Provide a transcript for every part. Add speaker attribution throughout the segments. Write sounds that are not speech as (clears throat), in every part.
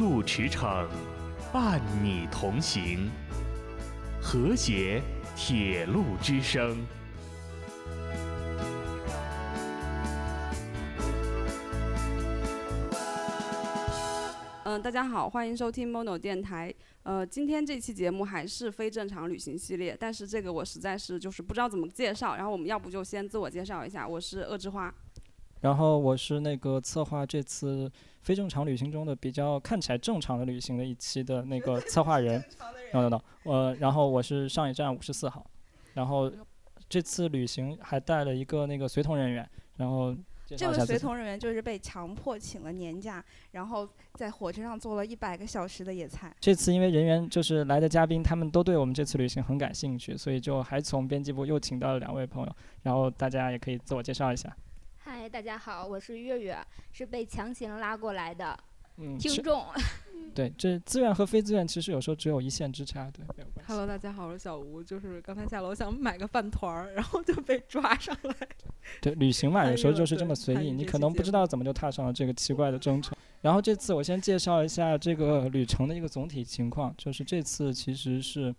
Speaker 1: 路驰骋，伴你同行。和谐铁路之声。
Speaker 2: 嗯，大家好，欢迎收听 Mono 电台。呃，今天这期节目还是非正常旅行系列，但是这个我实在是就是不知道怎么介绍。然后我们要不就先自我介绍一下，我是恶之花。
Speaker 3: 然后我是那个策划这次非正常旅行中的比较看起来正常的旅行的一期的那个策划人。no no no，呃，然后我是上一站五十四号，然后这次旅行还带了一个那个随同人员，然后介绍
Speaker 4: 这
Speaker 3: 一
Speaker 4: 个
Speaker 3: 下自
Speaker 4: 随
Speaker 3: 己
Speaker 4: 同人员就是被强迫请了年假，然后在火车上做了一百个小时的野菜。
Speaker 3: 这次因为人员就是来的嘉宾，他们都对我们这次旅行很感兴趣，所以就还从编辑部又请到了两位朋友，然后大家也可以自我介绍一下。
Speaker 5: 嗨，大家好，我是月月，是被强行拉过来的
Speaker 3: 嗯，
Speaker 5: 听
Speaker 3: 是
Speaker 5: 众。
Speaker 3: 对，这资源和非资源其实有时候只有一线之差，对，没有关系。
Speaker 6: Hello，大家好，我是小吴。就是刚才下楼想买个饭团儿，然后就被抓上来。
Speaker 3: 对，旅行嘛，
Speaker 6: 参
Speaker 3: 有
Speaker 6: 与
Speaker 3: 时候就
Speaker 6: 了
Speaker 3: 是这
Speaker 6: 对
Speaker 3: 么随
Speaker 6: 参
Speaker 3: 意，
Speaker 6: 与
Speaker 3: 你
Speaker 6: 这
Speaker 3: 可
Speaker 6: 期
Speaker 3: 能
Speaker 6: 节
Speaker 3: 不知
Speaker 6: 目
Speaker 3: 道怎么就踏上了这个奇怪的征程。然后这次我先介绍一下这个旅程的一个总体情况，就是这次其实是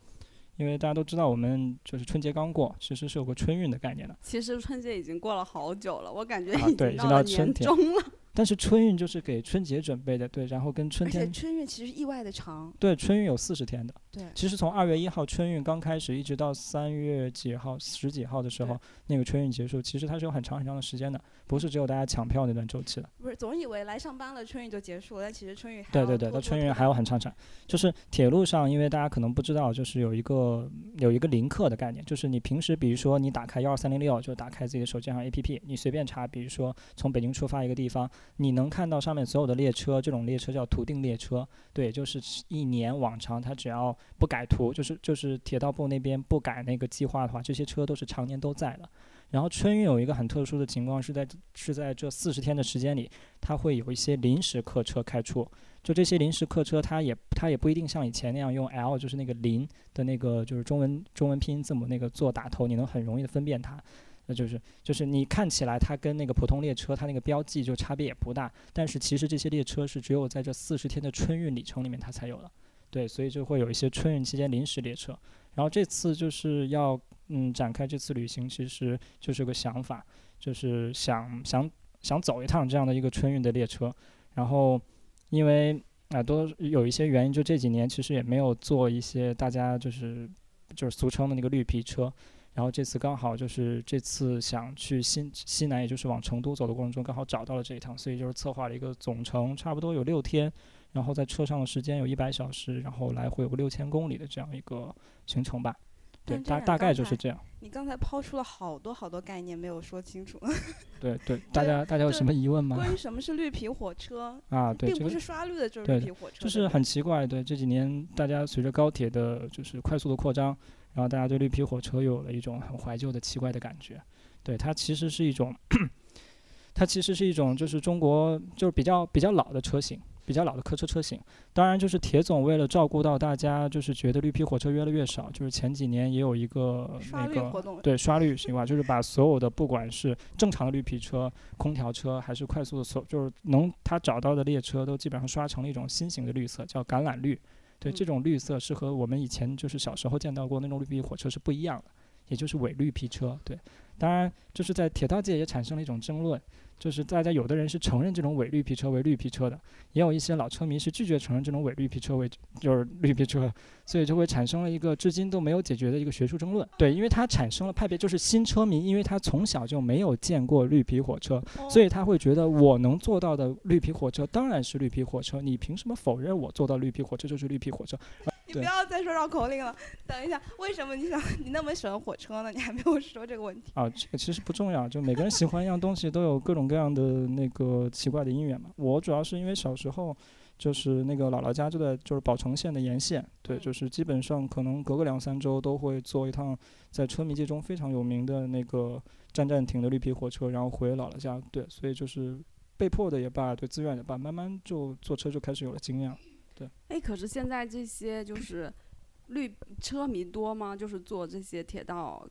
Speaker 3: 因为大家都知道我们就是春节刚过，其实是有个春运的概念的，
Speaker 2: 其实春节已经过了好久了，我感觉
Speaker 3: 啊
Speaker 2: 已
Speaker 3: 对已
Speaker 2: 经到
Speaker 3: 经到
Speaker 2: 了
Speaker 3: 春
Speaker 2: 年
Speaker 3: 天
Speaker 2: 终了。
Speaker 3: 但是春运就是给春节准备的，对，然后跟春
Speaker 4: 而且
Speaker 3: 天
Speaker 4: 春运其实意外的长，
Speaker 3: 对春运有四十天的，
Speaker 4: 对
Speaker 3: 其实从二月一号春运刚开始，一直到三月几号、十几号的时候，那个春运结束，其实它是有很长很长的时间的，不是只有大家抢票那段周期的。
Speaker 4: 不是总以为来上班了春运就结束了，但其实春运还
Speaker 3: 对
Speaker 4: 要
Speaker 3: 对对，
Speaker 4: 拖
Speaker 3: 它春运
Speaker 4: 拖拖
Speaker 3: 还有很长长，就是铁路上，因为大家可能不知道，就是有一个有一个临客的概念，就是你平时比如说你打开幺二三零六，就打开自己的手机上 APP，你随便查，比如说从北京出发一个地方，你能看到上面所有的列车，这种列车叫图定列车，对，就是一年往常，它只要不改图，就是就是铁道部那边不改那个计划的话，这些车都是常年都在的。然后春运有一个很特殊的情况，是在是在这四十天的时间里，它会有一些临时客车开出，就这些临时客车，它也它也不一定像以前那样用 L，就是那个临的那个就是中文中文拼音字母那个做打头，你能很容易的分辨它。那就是就是你看起来它跟那个普通列车它那个标记就差别也不大，但是其实这些列车是只有在这四十天的春运里程里面它才有的，对，所以就会有一些春运期间临时列车。然后这次就是要嗯展开这次旅行，其实就是有个想法，就是想想想走一趟这样的一个春运的列车，然后因为啊，都有一些原因，就这几年其实也没有做一些大家就是就是俗称的那个绿皮车，然后这次刚好就是这次想去新西南，也就是往成都走的过程中，刚好找到了这一趟，所以就是策划了一个总程，差不多有六天，然后在车上的时间有一百小时，然后来回有个六千公里的这样一个行程吧。对，
Speaker 4: 但这
Speaker 3: 大
Speaker 4: 样
Speaker 3: 大概
Speaker 4: 刚
Speaker 3: 就是
Speaker 4: 才
Speaker 3: 这样。
Speaker 4: 你刚才抛出了好多好多概念没有说清楚，
Speaker 3: 嗯对对，大家大家有
Speaker 4: 对
Speaker 3: 什么疑问吗？
Speaker 4: 关于什么是绿皮火车，
Speaker 3: 啊，对，
Speaker 4: 并
Speaker 3: 这
Speaker 4: 不
Speaker 3: 个
Speaker 4: 是刷绿的就是
Speaker 3: 对
Speaker 4: 绿
Speaker 3: 的
Speaker 4: 皮火车，
Speaker 3: 就是
Speaker 4: 对不
Speaker 3: 很奇怪，对这几年大家随着高铁的就是快速的扩张，然后大家对绿皮火车又有了一种很怀旧的奇怪的感觉。对它其实是一种， (coughs) 它其实是一种就是中国就是比较比较老的车型，比较老的客车车型。当然，就是铁总为了照顾到大家，就是觉得绿皮火车越来越少，就是前几年也有一个
Speaker 4: 对刷
Speaker 3: 那
Speaker 4: 绿活
Speaker 3: 个。
Speaker 4: 动，
Speaker 3: 对，刷绿是一块，就是把所有的不管是正常的绿皮车、空调车，还是快速的所，就是能他找到的列车，都基本上刷成了一种新型的绿色，叫橄榄绿。对，这种绿色是和我们以前就是小时候见到过那种绿皮火车是不一样的，也就是伪绿皮车。对，当然就是在铁道界也产生了一种争论，就是大家有的人是承认这种伪绿皮车为绿皮车的，也有一些老车迷是拒绝承认这种伪绿皮车为就是绿皮车，所以就会产生了一个至今都没有解决的一个学术争论。对，因为它产生了派别，就是新车迷，因为他从小就没有见过绿皮火车，所以他会觉得我能做到的绿皮火车当然是绿皮火车，你凭什么否认我做到绿皮火车就是绿皮火车？
Speaker 4: 你
Speaker 3: 对
Speaker 4: 不要再说绕口令了。等一下，为什么你想你那么喜欢火车呢？你还没有说这个问题。
Speaker 3: 啊，这个其实不重要，就每个人喜欢一样东西都有各种各样的那个奇怪的因缘嘛。我主要是因为小时候就是那个姥姥家就在就是宝城县的沿线，对，就是基本上可能隔个两三周都会坐一趟在车迷界中非常有名的那个站站停的绿皮火车，然后回姥姥家，对，所以就是被迫的也罢，对，自愿也罢，慢慢就坐车就开始有了经验了。
Speaker 2: 哎，可是现在这些就是绿车迷多吗？就是坐这些铁道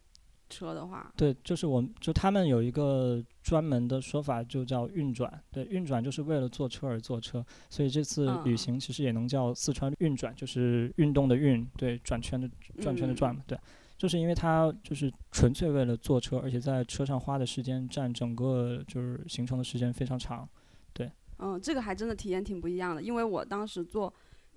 Speaker 2: 车的话，
Speaker 3: 对，就是我们就他们有一个专门的说法，就叫运转。对，运转就是为了坐车而坐车，所以这次旅
Speaker 2: 嗯
Speaker 3: 行其实也能叫四川运转，就是运动的运，对，转圈的转圈的
Speaker 2: 嗯
Speaker 3: 转嘛，对。就是因为他就是纯粹为了坐车，而且在车上花的时间占整个就是行程的时间非常长。
Speaker 2: 嗯，这个还真的体验挺不一样的，因为我当时做，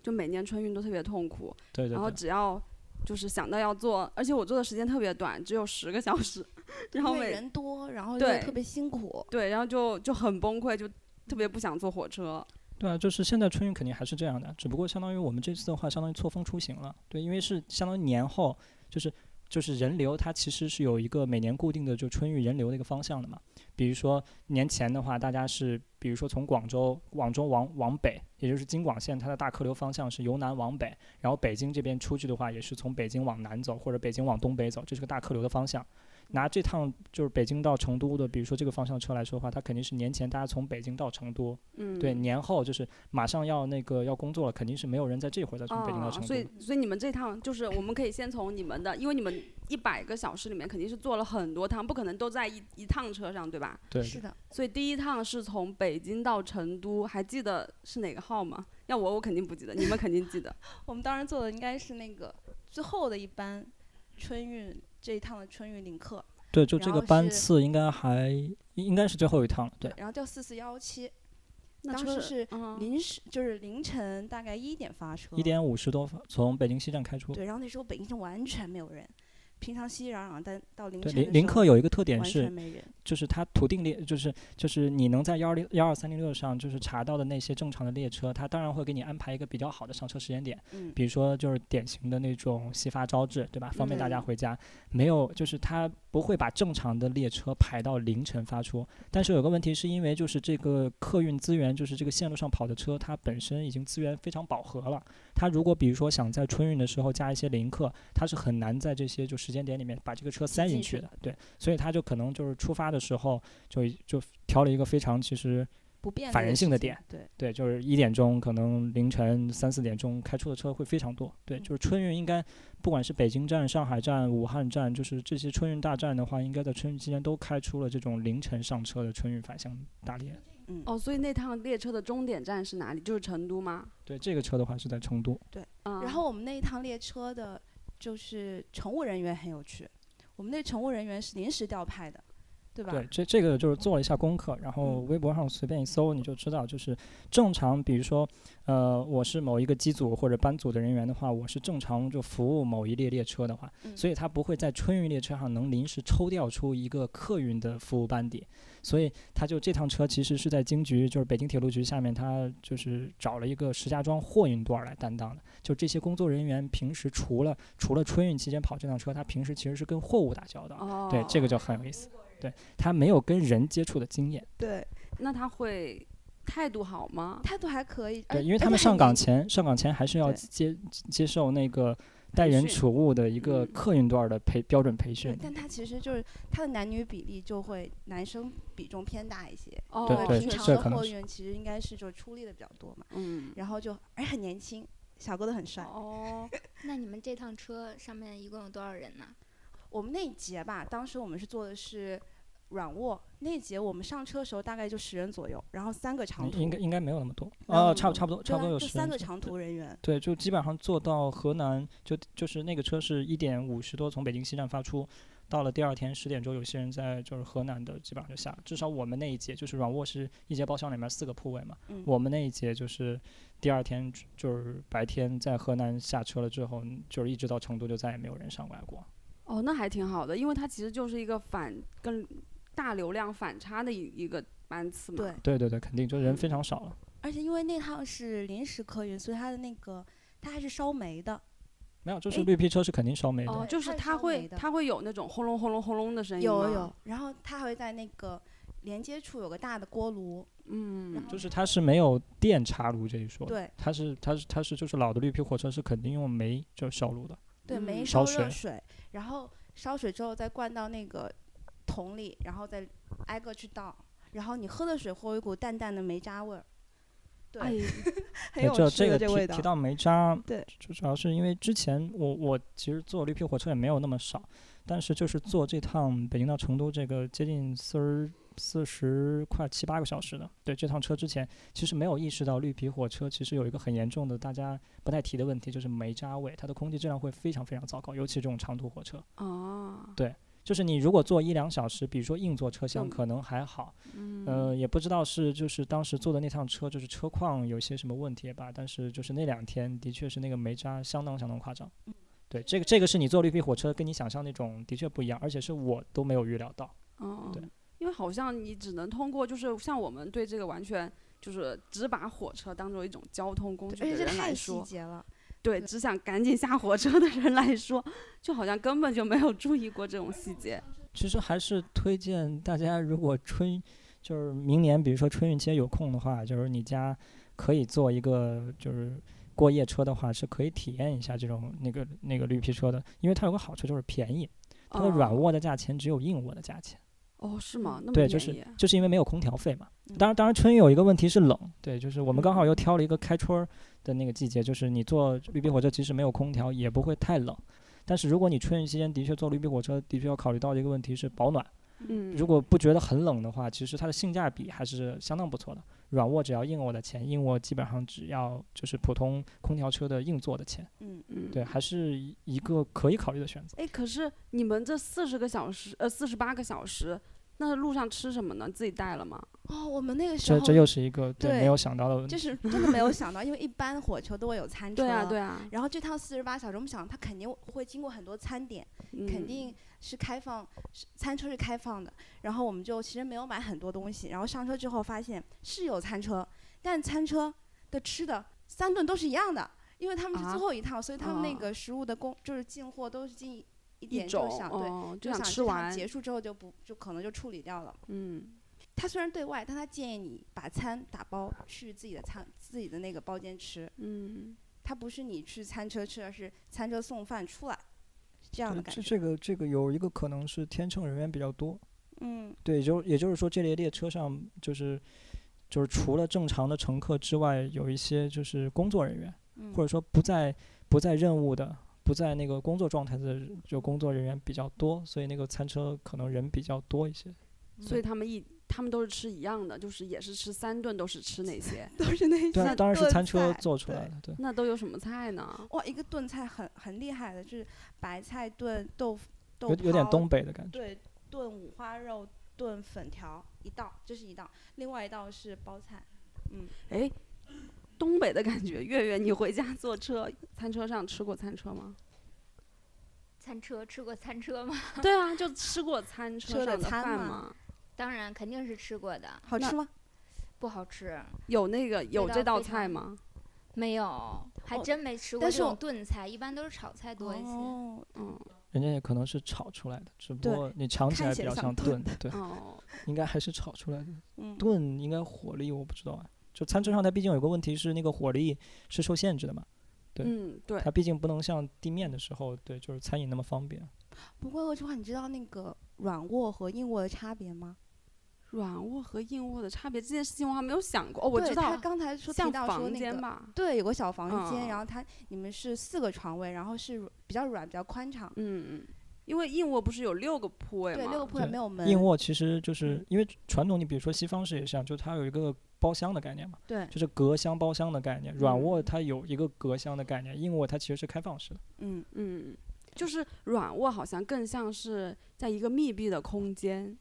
Speaker 2: 就每年春运都特别痛苦，
Speaker 3: 对对
Speaker 2: 然后
Speaker 3: 对，
Speaker 2: 只要就是想到要做，而且我做的时间特别短，只有十个小时，然后
Speaker 4: 因为
Speaker 2: 每
Speaker 4: 人多，然后又
Speaker 2: 对
Speaker 4: 特别辛苦。
Speaker 2: 对，然后就就很崩溃，就特别不想坐火车。
Speaker 3: 对啊，就是现在春运肯定还是这样的，只不过相当于我们这次的话，相当于错峰出行了。对，因为是相当于年后，就是就是人流，它其实是有一个每年固定的就春运人流的一个方向的嘛。比如说年前的话，大家是比如说从广州广州往往北，也就是京广线它的大客流方向是由南往北，然后北京这边出去的话，也是从北京往南走或者北京往东北走，这是个大客流的方向。拿这趟就是北京到成都的，比如说这个方向的车来说的话，它肯定是年前大家从北京到成都，
Speaker 2: 嗯，
Speaker 3: 对，年后就是马上要那个要工作了，肯定是没有人在这会儿再从北京
Speaker 4: 哦
Speaker 3: 到
Speaker 2: 啊，
Speaker 3: 成都
Speaker 2: 所
Speaker 3: 的。
Speaker 2: 以所以你们这趟就是我们可以先从你们的，因为你们一百个小时里面肯定是坐了很多趟，不可能都在一一趟车上，对吧？
Speaker 3: 对，
Speaker 4: 是的，
Speaker 2: 所以第一趟是从北京到成都，还记得是哪个号吗？要我我肯定不记得，你们肯定记得。
Speaker 4: 我们当时坐的应该是那个最后的一班春运这一趟的春运领克，
Speaker 3: 对，就
Speaker 4: 然
Speaker 3: 这个
Speaker 4: 后
Speaker 3: 班
Speaker 4: 是
Speaker 3: 次应该还应该是最后一趟了。对，
Speaker 4: 然后叫四四幺七，
Speaker 2: 那
Speaker 4: 当
Speaker 2: 车
Speaker 4: 时是
Speaker 2: 嗯
Speaker 4: 临时就是凌晨大概一点发车，
Speaker 3: 一点五十多分从北京西站开出。
Speaker 4: 对，然后那时候北京城完全没有人，平常熙熙攘攘，但到凌
Speaker 3: 对，
Speaker 4: 晨的
Speaker 3: 林林
Speaker 4: 时候
Speaker 3: 克有一个特点
Speaker 4: 完
Speaker 3: 是
Speaker 4: 全，没人，
Speaker 3: 就是它图定列，就是就是你能在幺零幺二三零六上就是查到的那些正常的列车，它当然会给你安排一个比较好的上车时间点，
Speaker 4: 嗯，
Speaker 3: 比如说就是典型的那种西发招致，对吧？方便大家
Speaker 2: 嗯
Speaker 3: 回家。没有，就是它不会把正常的列车排到凌晨发出。但是有个问题是因为就是这个客运资源，就是这个线路上跑的车，它本身已经资源非常饱和了。它如果比如说想在春运的时候加一些临客，它是很难在这些就时间点里面把这个车塞进
Speaker 4: 进
Speaker 3: 去
Speaker 4: 去
Speaker 3: 的。对，所以它就可能就是出发的时候就就挑了一个非常其实
Speaker 4: 不变
Speaker 3: 反人性的
Speaker 4: 事情
Speaker 3: 点，
Speaker 4: 对，
Speaker 3: 对，就是一点钟，可能凌晨三四点钟开出的车会非常多。
Speaker 4: 嗯
Speaker 3: 对，就是春运应该，不管是北京站、上海站、武汉站，就是这些春运大站的话，应该在春运期间都开出了这种凌晨上车的春运返乡大列。
Speaker 4: 嗯，
Speaker 2: 哦，所以那趟列车的终点站是哪里？就是成都吗？
Speaker 3: 对，这个车的话是在成都。
Speaker 2: 嗯，
Speaker 4: 然后我们那一趟列车的，就是乘务人员很有趣，我们那乘务人员是临时调派的，对吧？嗯
Speaker 3: 对，这这个就是做了一下功课，然后微博上随便一搜你就知道，就是正常，比如说，呃，我是某一个机组或者班组的人员的话，我是正常就服务某一列列车的话，
Speaker 4: 嗯
Speaker 3: 所以它不会在春运列车上能临时抽调出一个客运的服务班底，所以它就这趟车其实是在京局，就是北京铁路局下面，它就是找了一个石家庄货运段儿来担当的。就这些工作人员平时除了除了春运期间跑这趟车，他平时其实是跟货物打交道的。
Speaker 2: 哦，
Speaker 3: 啊对，这个就很有意思。对他没有跟人接触的经验，
Speaker 4: 对，
Speaker 2: 那他会态度好吗？
Speaker 4: 态度还可以，而
Speaker 3: 对，因为
Speaker 4: 而
Speaker 3: 他
Speaker 4: 且
Speaker 3: 们
Speaker 4: 很
Speaker 3: 上岗
Speaker 4: 年
Speaker 3: 前，上岗前还是要
Speaker 4: 对
Speaker 3: 接接受那个待人
Speaker 2: 训
Speaker 3: 处物的一个
Speaker 2: 嗯
Speaker 3: 客运段儿的培标准培
Speaker 4: 对
Speaker 3: 训，。
Speaker 4: 但他其实就是他的男女比例就会男生比重偏大一些，
Speaker 2: 哦，
Speaker 3: 对对
Speaker 4: 平
Speaker 2: 确
Speaker 4: 常
Speaker 3: 这
Speaker 4: 的
Speaker 2: 实
Speaker 3: 可能
Speaker 4: 货
Speaker 3: 是
Speaker 4: 运其实应该是就出力的比较多嘛，
Speaker 2: 嗯，
Speaker 4: 然后就而且很年轻，小哥都很帅。
Speaker 2: 哦，
Speaker 5: 那你们这趟车上面一共有多少人呢？
Speaker 4: 我们那一节吧，当时我们是坐的是软卧，那一节我们上车的时候大概就十人左右，然后三个长途，
Speaker 3: 应该应该没有那么多，
Speaker 4: 没有那
Speaker 3: 啊，
Speaker 4: 么
Speaker 3: 差不
Speaker 4: 多
Speaker 3: 差不多
Speaker 4: 对
Speaker 3: 差
Speaker 4: 啊
Speaker 3: 不多有
Speaker 4: 就
Speaker 3: 十
Speaker 4: 三
Speaker 3: 人
Speaker 4: 个
Speaker 3: 左右
Speaker 4: 长途人员，
Speaker 3: 对，就基本上坐到河南，就就是那个车是一点五十多从北京西站发出，到了第二天十点钟，有些人在就是河南的基本上就下了。至少我们那一节就是软卧是一节包厢里面四个铺位嘛，
Speaker 4: 嗯
Speaker 3: 我们那一节就是第二天就是白天在河南下车了之后，嗯就是一直到成都就再也没有人上来过。
Speaker 2: 哦，那还挺好的，因为它其实就是一个反跟大流量反差的一一个班次嘛。
Speaker 4: 对，，
Speaker 3: 对对对，肯定就人非常少了。
Speaker 4: 而且因为那趟是临时客运，所以它的那个它还是烧煤的，
Speaker 3: 没有，就是
Speaker 4: 诶
Speaker 3: 绿皮车是肯定烧煤的。
Speaker 2: 哦，
Speaker 4: 对
Speaker 2: 就
Speaker 4: 它
Speaker 2: 是
Speaker 4: 是
Speaker 2: 它
Speaker 4: 烧
Speaker 2: 会
Speaker 4: 煤的
Speaker 2: 它会有那种轰隆轰隆轰隆的声音
Speaker 4: 有
Speaker 2: 吗，
Speaker 4: 有，然后它还会在那个连接处有个大的锅炉，
Speaker 2: 嗯，
Speaker 3: 就是它是没有电插炉这一说的，
Speaker 4: 对
Speaker 3: 它是它是它是就是老的绿皮火车是肯定用煤就是烧炉的，
Speaker 4: 对，煤
Speaker 2: 嗯
Speaker 4: 烧
Speaker 3: 烧
Speaker 4: 热
Speaker 3: 水
Speaker 4: 水，然后烧水之后再灌到那个桶里，然后再挨个去倒，然后你喝的水会有一股淡淡的煤渣味儿，对， (laughs)
Speaker 2: 哎，
Speaker 3: 对
Speaker 4: 很有
Speaker 3: 这
Speaker 4: 趣的
Speaker 3: 这个
Speaker 4: 味
Speaker 3: 提
Speaker 4: 道
Speaker 3: 提。到煤渣，
Speaker 4: 对，
Speaker 3: 主主要是因为之前我我其实坐绿皮火车也没有那么少，但是就是坐这趟北京到成都这个接近四十四十快七八个小时的，对这趟车之前，其实没有意识到绿皮火车其实有一个很严重的大家不太提的问题，就是煤渣味，它的空气质量会非常非常糟糕，尤其这种长途火车。
Speaker 2: 哦，
Speaker 3: 就是你如果坐一两小时，比如说硬座车厢，
Speaker 2: 嗯
Speaker 3: 可能还好。
Speaker 2: 嗯，
Speaker 3: 呃，也不知道是就是当时坐的那趟车，就是车况有些什么问题吧。但是就是那两天的确是那个煤渣相当相当夸张。
Speaker 2: 嗯
Speaker 3: 对，这个这个是你坐绿皮火车跟你想象那种的确不一样，而且是我都没有预料到。
Speaker 2: 哦，
Speaker 3: 对
Speaker 2: 因为好像你只能通过，就是像我们对这个完全就是只把火车当做一种交通工
Speaker 4: 而
Speaker 2: 具的
Speaker 4: 且哎这
Speaker 2: 人来
Speaker 4: 太细
Speaker 2: 说，
Speaker 4: 节了。
Speaker 2: 对，只想赶紧下火车的人来说，就好像根本就没有注意过这种细节。
Speaker 3: 其实还是推荐大家，如果春就是明年，比如说春运期间有空的话，就是你家可以坐一个就是过夜车的话，是可以体验一下这种那个那个绿皮车的，因为它有个好处就是便宜，它的软
Speaker 2: 哦
Speaker 3: 卧的价钱只有硬卧的价钱。
Speaker 2: 哦，是吗？那么
Speaker 3: 对，就
Speaker 2: 便
Speaker 3: 是
Speaker 2: 宜啊
Speaker 3: 就是因为没有空调费嘛。
Speaker 4: 嗯
Speaker 3: 当然，当然春运有一个问题是冷，对，就是我们刚好
Speaker 2: 嗯
Speaker 3: 又挑了一个开春儿的那个季节，就是你坐绿皮火车即使没有空调也不会太冷。但是如果你春运期间的确坐绿皮火车，的确要考虑到的一个问题是保暖。
Speaker 2: 嗯，
Speaker 3: 如果不觉得很冷的话，其实它的性价比还是相当不错的。软卧只要硬卧的钱，硬卧基本上只要就是普通空调车的硬座的钱，
Speaker 4: 嗯，
Speaker 2: 嗯，
Speaker 3: 对，还是一一个可以考虑的选择。
Speaker 2: 哎，可是你们这四十个小时，呃，四十八个小时，那路上吃什么呢？自己带了吗？
Speaker 4: 哦，我们那个时
Speaker 3: 这
Speaker 4: 候
Speaker 3: 这又是一个对
Speaker 4: 对
Speaker 3: 没有想到的问题
Speaker 4: 就。是真的没有想到，因为一般火车都会有餐车，
Speaker 2: 对啊，对。啊，
Speaker 4: 然后这趟四十八小时，我们想它肯定会经过很多餐点，肯
Speaker 2: 嗯
Speaker 4: 定是开放，是餐车是开放的。然后我们就其实没有买很多东西，然后上车之后发现是有餐车，但餐车的吃的三顿都是一样的，因为他们是
Speaker 2: 啊
Speaker 4: 最后一趟，所以他们那
Speaker 2: 哦
Speaker 4: 个食物的供就是进货都是进一一
Speaker 2: 一
Speaker 4: 点
Speaker 2: 种
Speaker 4: 就想对，
Speaker 2: 哦，
Speaker 4: 就
Speaker 2: 想吃
Speaker 4: 这趟
Speaker 2: 完，
Speaker 4: 结束之后就不就可能就处理掉了。
Speaker 2: 嗯，
Speaker 4: 他虽然对外，但他建议你把餐打包去自己的餐自己的那个包间吃，
Speaker 2: 嗯，
Speaker 4: 他不是你去餐车吃，而是餐车送饭出来，是这样的
Speaker 3: 对
Speaker 4: 感
Speaker 3: 呃这
Speaker 4: 觉。
Speaker 3: 这个这个有一个可能是天秤人员比较多，
Speaker 4: 嗯，
Speaker 3: 对，也就也就是说这列列车上就是就是除了正常的乘客之外，有一些就是工作人员，
Speaker 4: 嗯
Speaker 3: 或者说不在不在任务的、不在那个工作状态的就工作人员比较多，所以那个餐车可能人比较多一些。
Speaker 2: 所以他们一他们都是吃一样的，就是也是吃三顿，都是吃那些，
Speaker 4: (laughs) 都是那
Speaker 3: 对啊，
Speaker 4: 些
Speaker 3: 当然是
Speaker 4: 炖
Speaker 3: 餐车
Speaker 4: 菜
Speaker 3: 做出
Speaker 4: 对
Speaker 3: 来的，对。
Speaker 2: 那都有什么菜呢？
Speaker 4: 哇，一个炖菜很很厉害的，就是白菜炖豆腐，豆
Speaker 3: 有有点
Speaker 4: 泡
Speaker 3: 东北的感觉，
Speaker 4: 对，炖五花肉，炖粉条一道，这是一道，另外一道是包菜。
Speaker 2: 哎，东北的感觉。月月，你回家坐车，餐车上吃过餐车吗？
Speaker 5: 餐车吃过餐车吗？
Speaker 2: (laughs) 对啊，就吃过餐车
Speaker 4: 车的
Speaker 2: 上
Speaker 4: 餐
Speaker 2: 饭
Speaker 4: 吗
Speaker 2: 吗？
Speaker 5: 当然肯定是吃过的，
Speaker 4: 好
Speaker 2: 那
Speaker 4: 吃吗？
Speaker 5: 不好吃，
Speaker 2: 有那个有
Speaker 5: 道
Speaker 2: 这道
Speaker 5: 非
Speaker 2: 菜
Speaker 5: 常
Speaker 2: 吗？
Speaker 5: 没有，还
Speaker 4: 哦
Speaker 5: 真没吃过
Speaker 4: 但
Speaker 5: 这
Speaker 4: 是我
Speaker 5: 种炖菜，一般都是炒菜多一些。
Speaker 4: 哦，
Speaker 2: 嗯，
Speaker 3: 人家也可能是炒出来的，只不
Speaker 4: 对
Speaker 3: 过你尝起
Speaker 4: 看
Speaker 3: 来
Speaker 4: 起
Speaker 3: 比
Speaker 4: 来
Speaker 3: 较
Speaker 4: 像
Speaker 3: 像
Speaker 4: 炖
Speaker 3: 炖的，对，
Speaker 2: 哦，
Speaker 3: 应该还是炒出来的。
Speaker 4: 嗯，
Speaker 3: 炖应该火力我不知道啊，就餐车上它毕竟有个问题是那个火力是受限制的嘛，对
Speaker 2: 嗯，对，
Speaker 3: 它毕竟不能像地面的时候，对，就是餐饮那么方便。
Speaker 4: 不过说句话，你知道那个软卧和硬卧的差别吗？
Speaker 2: 软卧和硬卧的差别这件事情我还没有想过。哦，我
Speaker 4: 对
Speaker 2: 知
Speaker 4: 他
Speaker 2: 道，
Speaker 4: 刚才说提
Speaker 2: 像
Speaker 4: 到说
Speaker 2: 房
Speaker 4: 那
Speaker 2: 间
Speaker 4: 个。
Speaker 2: 吧，
Speaker 4: 对，有个小房间，
Speaker 2: 嗯
Speaker 4: 然后它你们是四个床位，然后是软比较软、比较宽敞，
Speaker 2: 嗯，嗯，因为硬卧不是有六个铺位
Speaker 4: 对，
Speaker 2: 吗？
Speaker 4: 六个铺位
Speaker 3: 对
Speaker 4: 没有门，
Speaker 3: 硬卧其实就是因为传统，你比如说西方式也是这样，就是它有一个包厢的概念嘛，
Speaker 4: 对，
Speaker 3: 就是隔箱包厢的概念。软卧它有一个隔箱的概念，硬卧它其实是开放式的。
Speaker 4: 嗯，
Speaker 2: 嗯，就是软卧好像更像是在一个密闭的空间，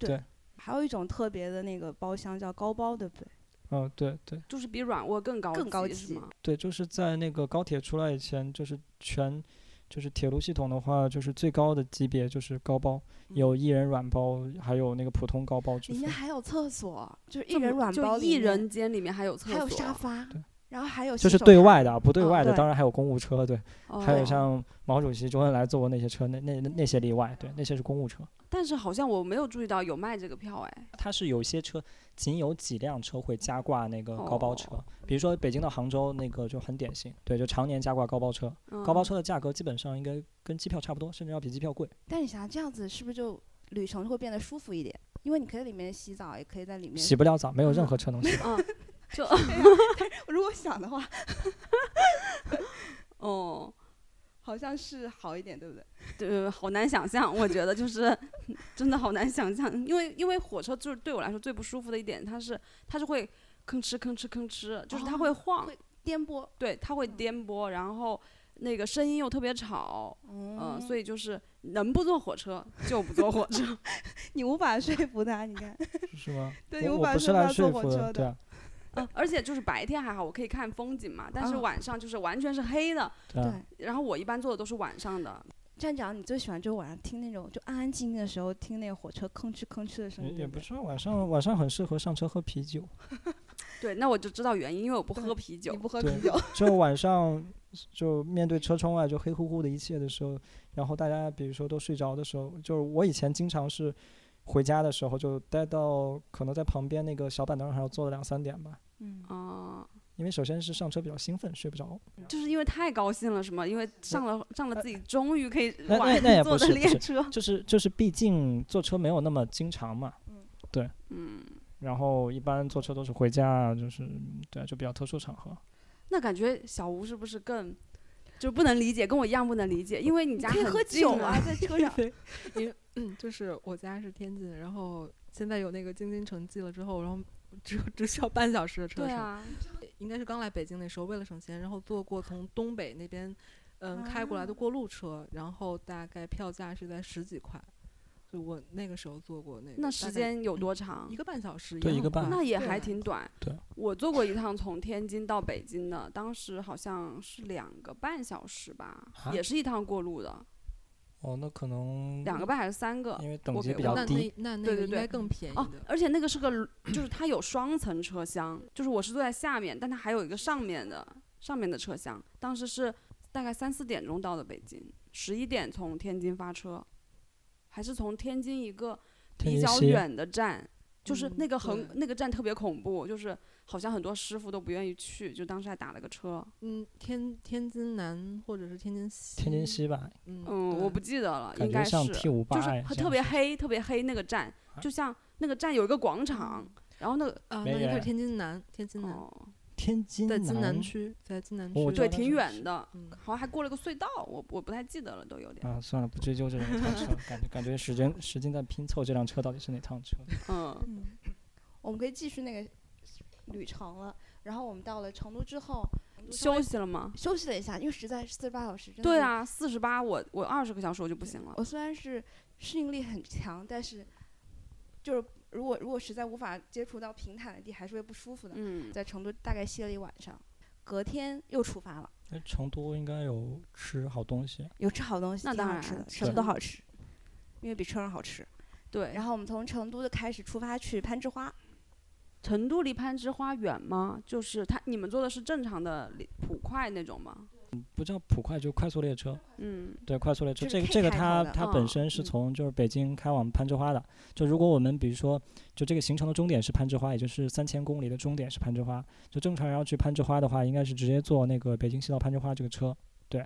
Speaker 4: 还有一种特别的那个包厢叫高包，对不对？
Speaker 3: 嗯，对对
Speaker 2: 就是比软卧更高
Speaker 4: 更高
Speaker 2: 是
Speaker 4: 级
Speaker 2: 吗？
Speaker 3: 对，就是在那个高铁出来以前，就是全。就是铁路系统的话，就是最高的级别就是高包，有一人软包，还有那个普通高包之
Speaker 4: 里
Speaker 3: 分
Speaker 4: 面。还有厕所，就是一
Speaker 2: 这么
Speaker 4: 人软
Speaker 2: 就
Speaker 4: 包里
Speaker 2: 一
Speaker 4: 面
Speaker 2: 人间里面还有厕
Speaker 4: 还
Speaker 2: 所，
Speaker 4: 有沙发
Speaker 3: 对，
Speaker 4: 然后还有
Speaker 3: 就
Speaker 4: 洗
Speaker 3: 是
Speaker 4: 手
Speaker 3: 对
Speaker 4: 台
Speaker 3: 外的，啊，不对
Speaker 4: 嗯
Speaker 3: 外的，
Speaker 4: 对
Speaker 3: 当然还有公务车，对，
Speaker 2: 哦，
Speaker 3: 还有像毛主席、周恩来坐过那些车，那那那些例外，对，那些是公务车。
Speaker 2: 但是好像我没有注意到有卖这个票哎，
Speaker 3: 它是有些车，仅有几辆车会加挂那个高包车，
Speaker 2: 哦
Speaker 3: 比如说北京到杭州那个就很典型，对，就常年加挂高包车。
Speaker 2: 嗯、
Speaker 3: 高包车的价格基本上应该跟机票差不多，甚至要比机票贵。
Speaker 4: 但你想这样子是不是就旅程会变得舒服一点？因为你可以在里面洗澡，也可以在里面。
Speaker 3: 洗不了澡，没有任
Speaker 2: 嗯
Speaker 3: 何车能洗。
Speaker 2: 啊，就
Speaker 4: 如果想的话，
Speaker 2: 哦，
Speaker 4: 好像是好一点，对不对？
Speaker 2: 对，好难想象，我觉得就是真的好难想象，因为因为火车就是对我来说最不舒服的一点，它是它是会吭哧吭哧吭哧，就是它会晃，
Speaker 4: 哦会颠簸，
Speaker 2: 对，它会颠簸，然后那个声音又特别吵，嗯、
Speaker 4: 嗯
Speaker 2: 所以就是能不坐火车就不坐火车。
Speaker 4: 你无法说服他，你看，
Speaker 3: 是吗？
Speaker 4: (laughs) 对
Speaker 3: 我
Speaker 4: 无
Speaker 3: 我
Speaker 4: 法
Speaker 3: 不是
Speaker 4: 说
Speaker 3: 来
Speaker 4: 他
Speaker 3: 说
Speaker 4: 坐
Speaker 3: 服
Speaker 4: 火
Speaker 3: 的，
Speaker 4: 车
Speaker 3: 对
Speaker 4: 的
Speaker 3: 啊，
Speaker 2: 嗯，而且就是白天还好，我可以看风景嘛，但是
Speaker 4: 啊
Speaker 2: 晚上就是完全是黑的，
Speaker 3: 对啊，
Speaker 2: 然后我一般坐的都是晚上的，
Speaker 4: 站长，你最喜欢就是晚上听那种就安安静静的时候听那个火车吭哧吭哧的声
Speaker 3: 也
Speaker 4: 音，
Speaker 3: 也
Speaker 4: 对
Speaker 3: 不
Speaker 4: 对
Speaker 3: 是晚上晚上很适合上车喝啤酒，
Speaker 2: 对，那我就知道原因，因为我不
Speaker 4: 对
Speaker 2: 喝啤酒
Speaker 4: 你。不喝
Speaker 3: 对
Speaker 4: 啤酒，
Speaker 3: 就晚上就面对车窗外就黑乎乎的一切的时候，然后大家比如说都睡着的时候，就是我以前经常是回家的时候就待到可能在旁边那个小板凳上坐了两三点吧，
Speaker 4: 嗯，
Speaker 2: 啊、
Speaker 3: 因为首先是上车比较兴奋，睡不着。
Speaker 2: 就是因为太高兴了，是吗？因为上了上了自己终于可以
Speaker 3: 那
Speaker 2: 晚
Speaker 3: 那也
Speaker 2: 上坐
Speaker 3: 不
Speaker 2: 的
Speaker 3: 是不
Speaker 2: 列
Speaker 3: 是
Speaker 2: 车，
Speaker 3: 就是就是，毕竟坐车没有那么经常嘛，
Speaker 4: 嗯，
Speaker 3: 对，
Speaker 2: 嗯，
Speaker 3: 然后一般坐车都是回家，就是对，就比较特殊场合。
Speaker 2: 那感觉小吴是不是更就不能理解，跟我一样不能理解，因为你
Speaker 4: 你
Speaker 2: 家
Speaker 4: 可以
Speaker 2: 很
Speaker 4: (laughs) 喝
Speaker 2: 近
Speaker 4: 酒
Speaker 2: 啊
Speaker 4: 啊，，在车 (laughs) 上
Speaker 6: 嗯，就是我家是天津，然后现在有那个京津城际了之后，然后只只需要半小时的车
Speaker 2: 对
Speaker 6: 程，
Speaker 2: 啊，
Speaker 6: 应该是刚来北京那时候，为了省钱，然后坐过从东北那边，嗯，开过来的
Speaker 4: 啊
Speaker 6: 过路车，然后大概票价是在十几块，就我那个时候坐过那个，
Speaker 2: 那时间有多长
Speaker 6: 一？个半小时，
Speaker 3: 对一个半
Speaker 2: 那也
Speaker 6: 对
Speaker 2: 还挺短。
Speaker 3: 对
Speaker 2: 我坐过一趟从天津到北京的，当时好像是两个半小时吧，
Speaker 3: 啊
Speaker 2: 也是一趟过路的，
Speaker 3: 哦，那可能
Speaker 2: 两个半还是三个？
Speaker 3: 因为等
Speaker 2: 我
Speaker 3: 级
Speaker 2: 给
Speaker 3: 比
Speaker 2: 我
Speaker 3: 较
Speaker 6: 那
Speaker 3: 低，
Speaker 6: 那那那
Speaker 2: 对
Speaker 6: 个
Speaker 2: 对
Speaker 6: 应该
Speaker 2: 对
Speaker 6: 更便宜
Speaker 2: 哦
Speaker 6: 的，，
Speaker 2: 而且那个是个轮，就是它有双层车厢，就是我是坐在下面，但它还有一个上面的上面的车厢。当时是大概三四点钟到的北京，十一点从天津发车，还是从天津一个
Speaker 3: 天
Speaker 2: 比
Speaker 3: 津
Speaker 2: 较
Speaker 3: 西
Speaker 2: 远的站，就是
Speaker 6: 嗯
Speaker 2: 那个很、
Speaker 6: 对
Speaker 2: 那个站特别恐怖，就是好像很多师傅都不愿意去，就当时还打了个车，
Speaker 6: 嗯，天天津南或者是天津西，
Speaker 3: 天津，西吧，
Speaker 6: 嗯
Speaker 2: 嗯，我
Speaker 6: 对
Speaker 2: 不记得了，
Speaker 3: 感
Speaker 2: 应
Speaker 3: 觉
Speaker 2: 该
Speaker 3: 像
Speaker 2: 是
Speaker 3: T 五八
Speaker 2: 就是
Speaker 3: I，
Speaker 2: 很特别黑，特别黑那个站，就像那个站有一个广场，然后那个
Speaker 6: 啊，
Speaker 3: 没
Speaker 6: 那应该
Speaker 3: 人
Speaker 6: 是天津南，天津南，
Speaker 2: 哦，
Speaker 3: 天津
Speaker 6: 在津
Speaker 3: 哎南
Speaker 6: 南区，在津南
Speaker 3: 我
Speaker 6: 区，
Speaker 3: 知
Speaker 2: 对，
Speaker 3: 道那
Speaker 2: 挺
Speaker 3: 是
Speaker 2: 远的，
Speaker 6: 嗯
Speaker 2: 好像还过了个隧道，我我不太记得了，都有点，
Speaker 3: 啊，算了，不追究这两趟车，感觉感觉使劲使劲在拼凑这辆车到底是哪趟车。
Speaker 2: 嗯，
Speaker 4: 嗯，我们可以继续那个旅程了。然后我们到了成都之后，
Speaker 6: 嗯
Speaker 2: 休息了吗？
Speaker 4: 休息了一下，因为实在是四十八小时，真的
Speaker 2: 对
Speaker 4: 是。
Speaker 2: 啊，四十八，我我二十个小时我就不行了，
Speaker 4: 我虽然是适应力很强，但是就是如果如果实在无法接触到平坦的地，还是会不舒服的。
Speaker 2: 嗯，
Speaker 4: 在成都大概歇了一晚上，隔天又出发了，
Speaker 3: (laughs) 哎，成都应该有吃好东西，
Speaker 4: 有吃好东西，
Speaker 2: 那
Speaker 4: 挺
Speaker 2: 当
Speaker 4: 好
Speaker 2: 然
Speaker 4: 吃的
Speaker 2: 啊，
Speaker 4: 什么
Speaker 3: 是
Speaker 4: 都好吃，因为比车上好吃。
Speaker 2: 对，
Speaker 4: 然后我们从成都就开始出发去攀枝花，
Speaker 2: 成都离攀枝花远吗？就是它，你们坐的是正常的离普快那种吗？
Speaker 3: 不叫普快，就快速列车。
Speaker 2: 嗯，
Speaker 3: 对，快速列车
Speaker 4: 就
Speaker 3: 这
Speaker 4: 是
Speaker 3: 个
Speaker 4: K
Speaker 3: 这个
Speaker 4: 开头
Speaker 3: 它
Speaker 4: 的
Speaker 3: 它
Speaker 2: 嗯
Speaker 3: 本身是
Speaker 6: 嗯
Speaker 3: 从就是北京开往攀枝花的。就如果我们比如说就这个行程的终点是攀枝花，也就是三千公里的终点是攀枝花，就正常人要去攀枝花的话，应该是直接坐那个北京西到攀枝花这个车。对，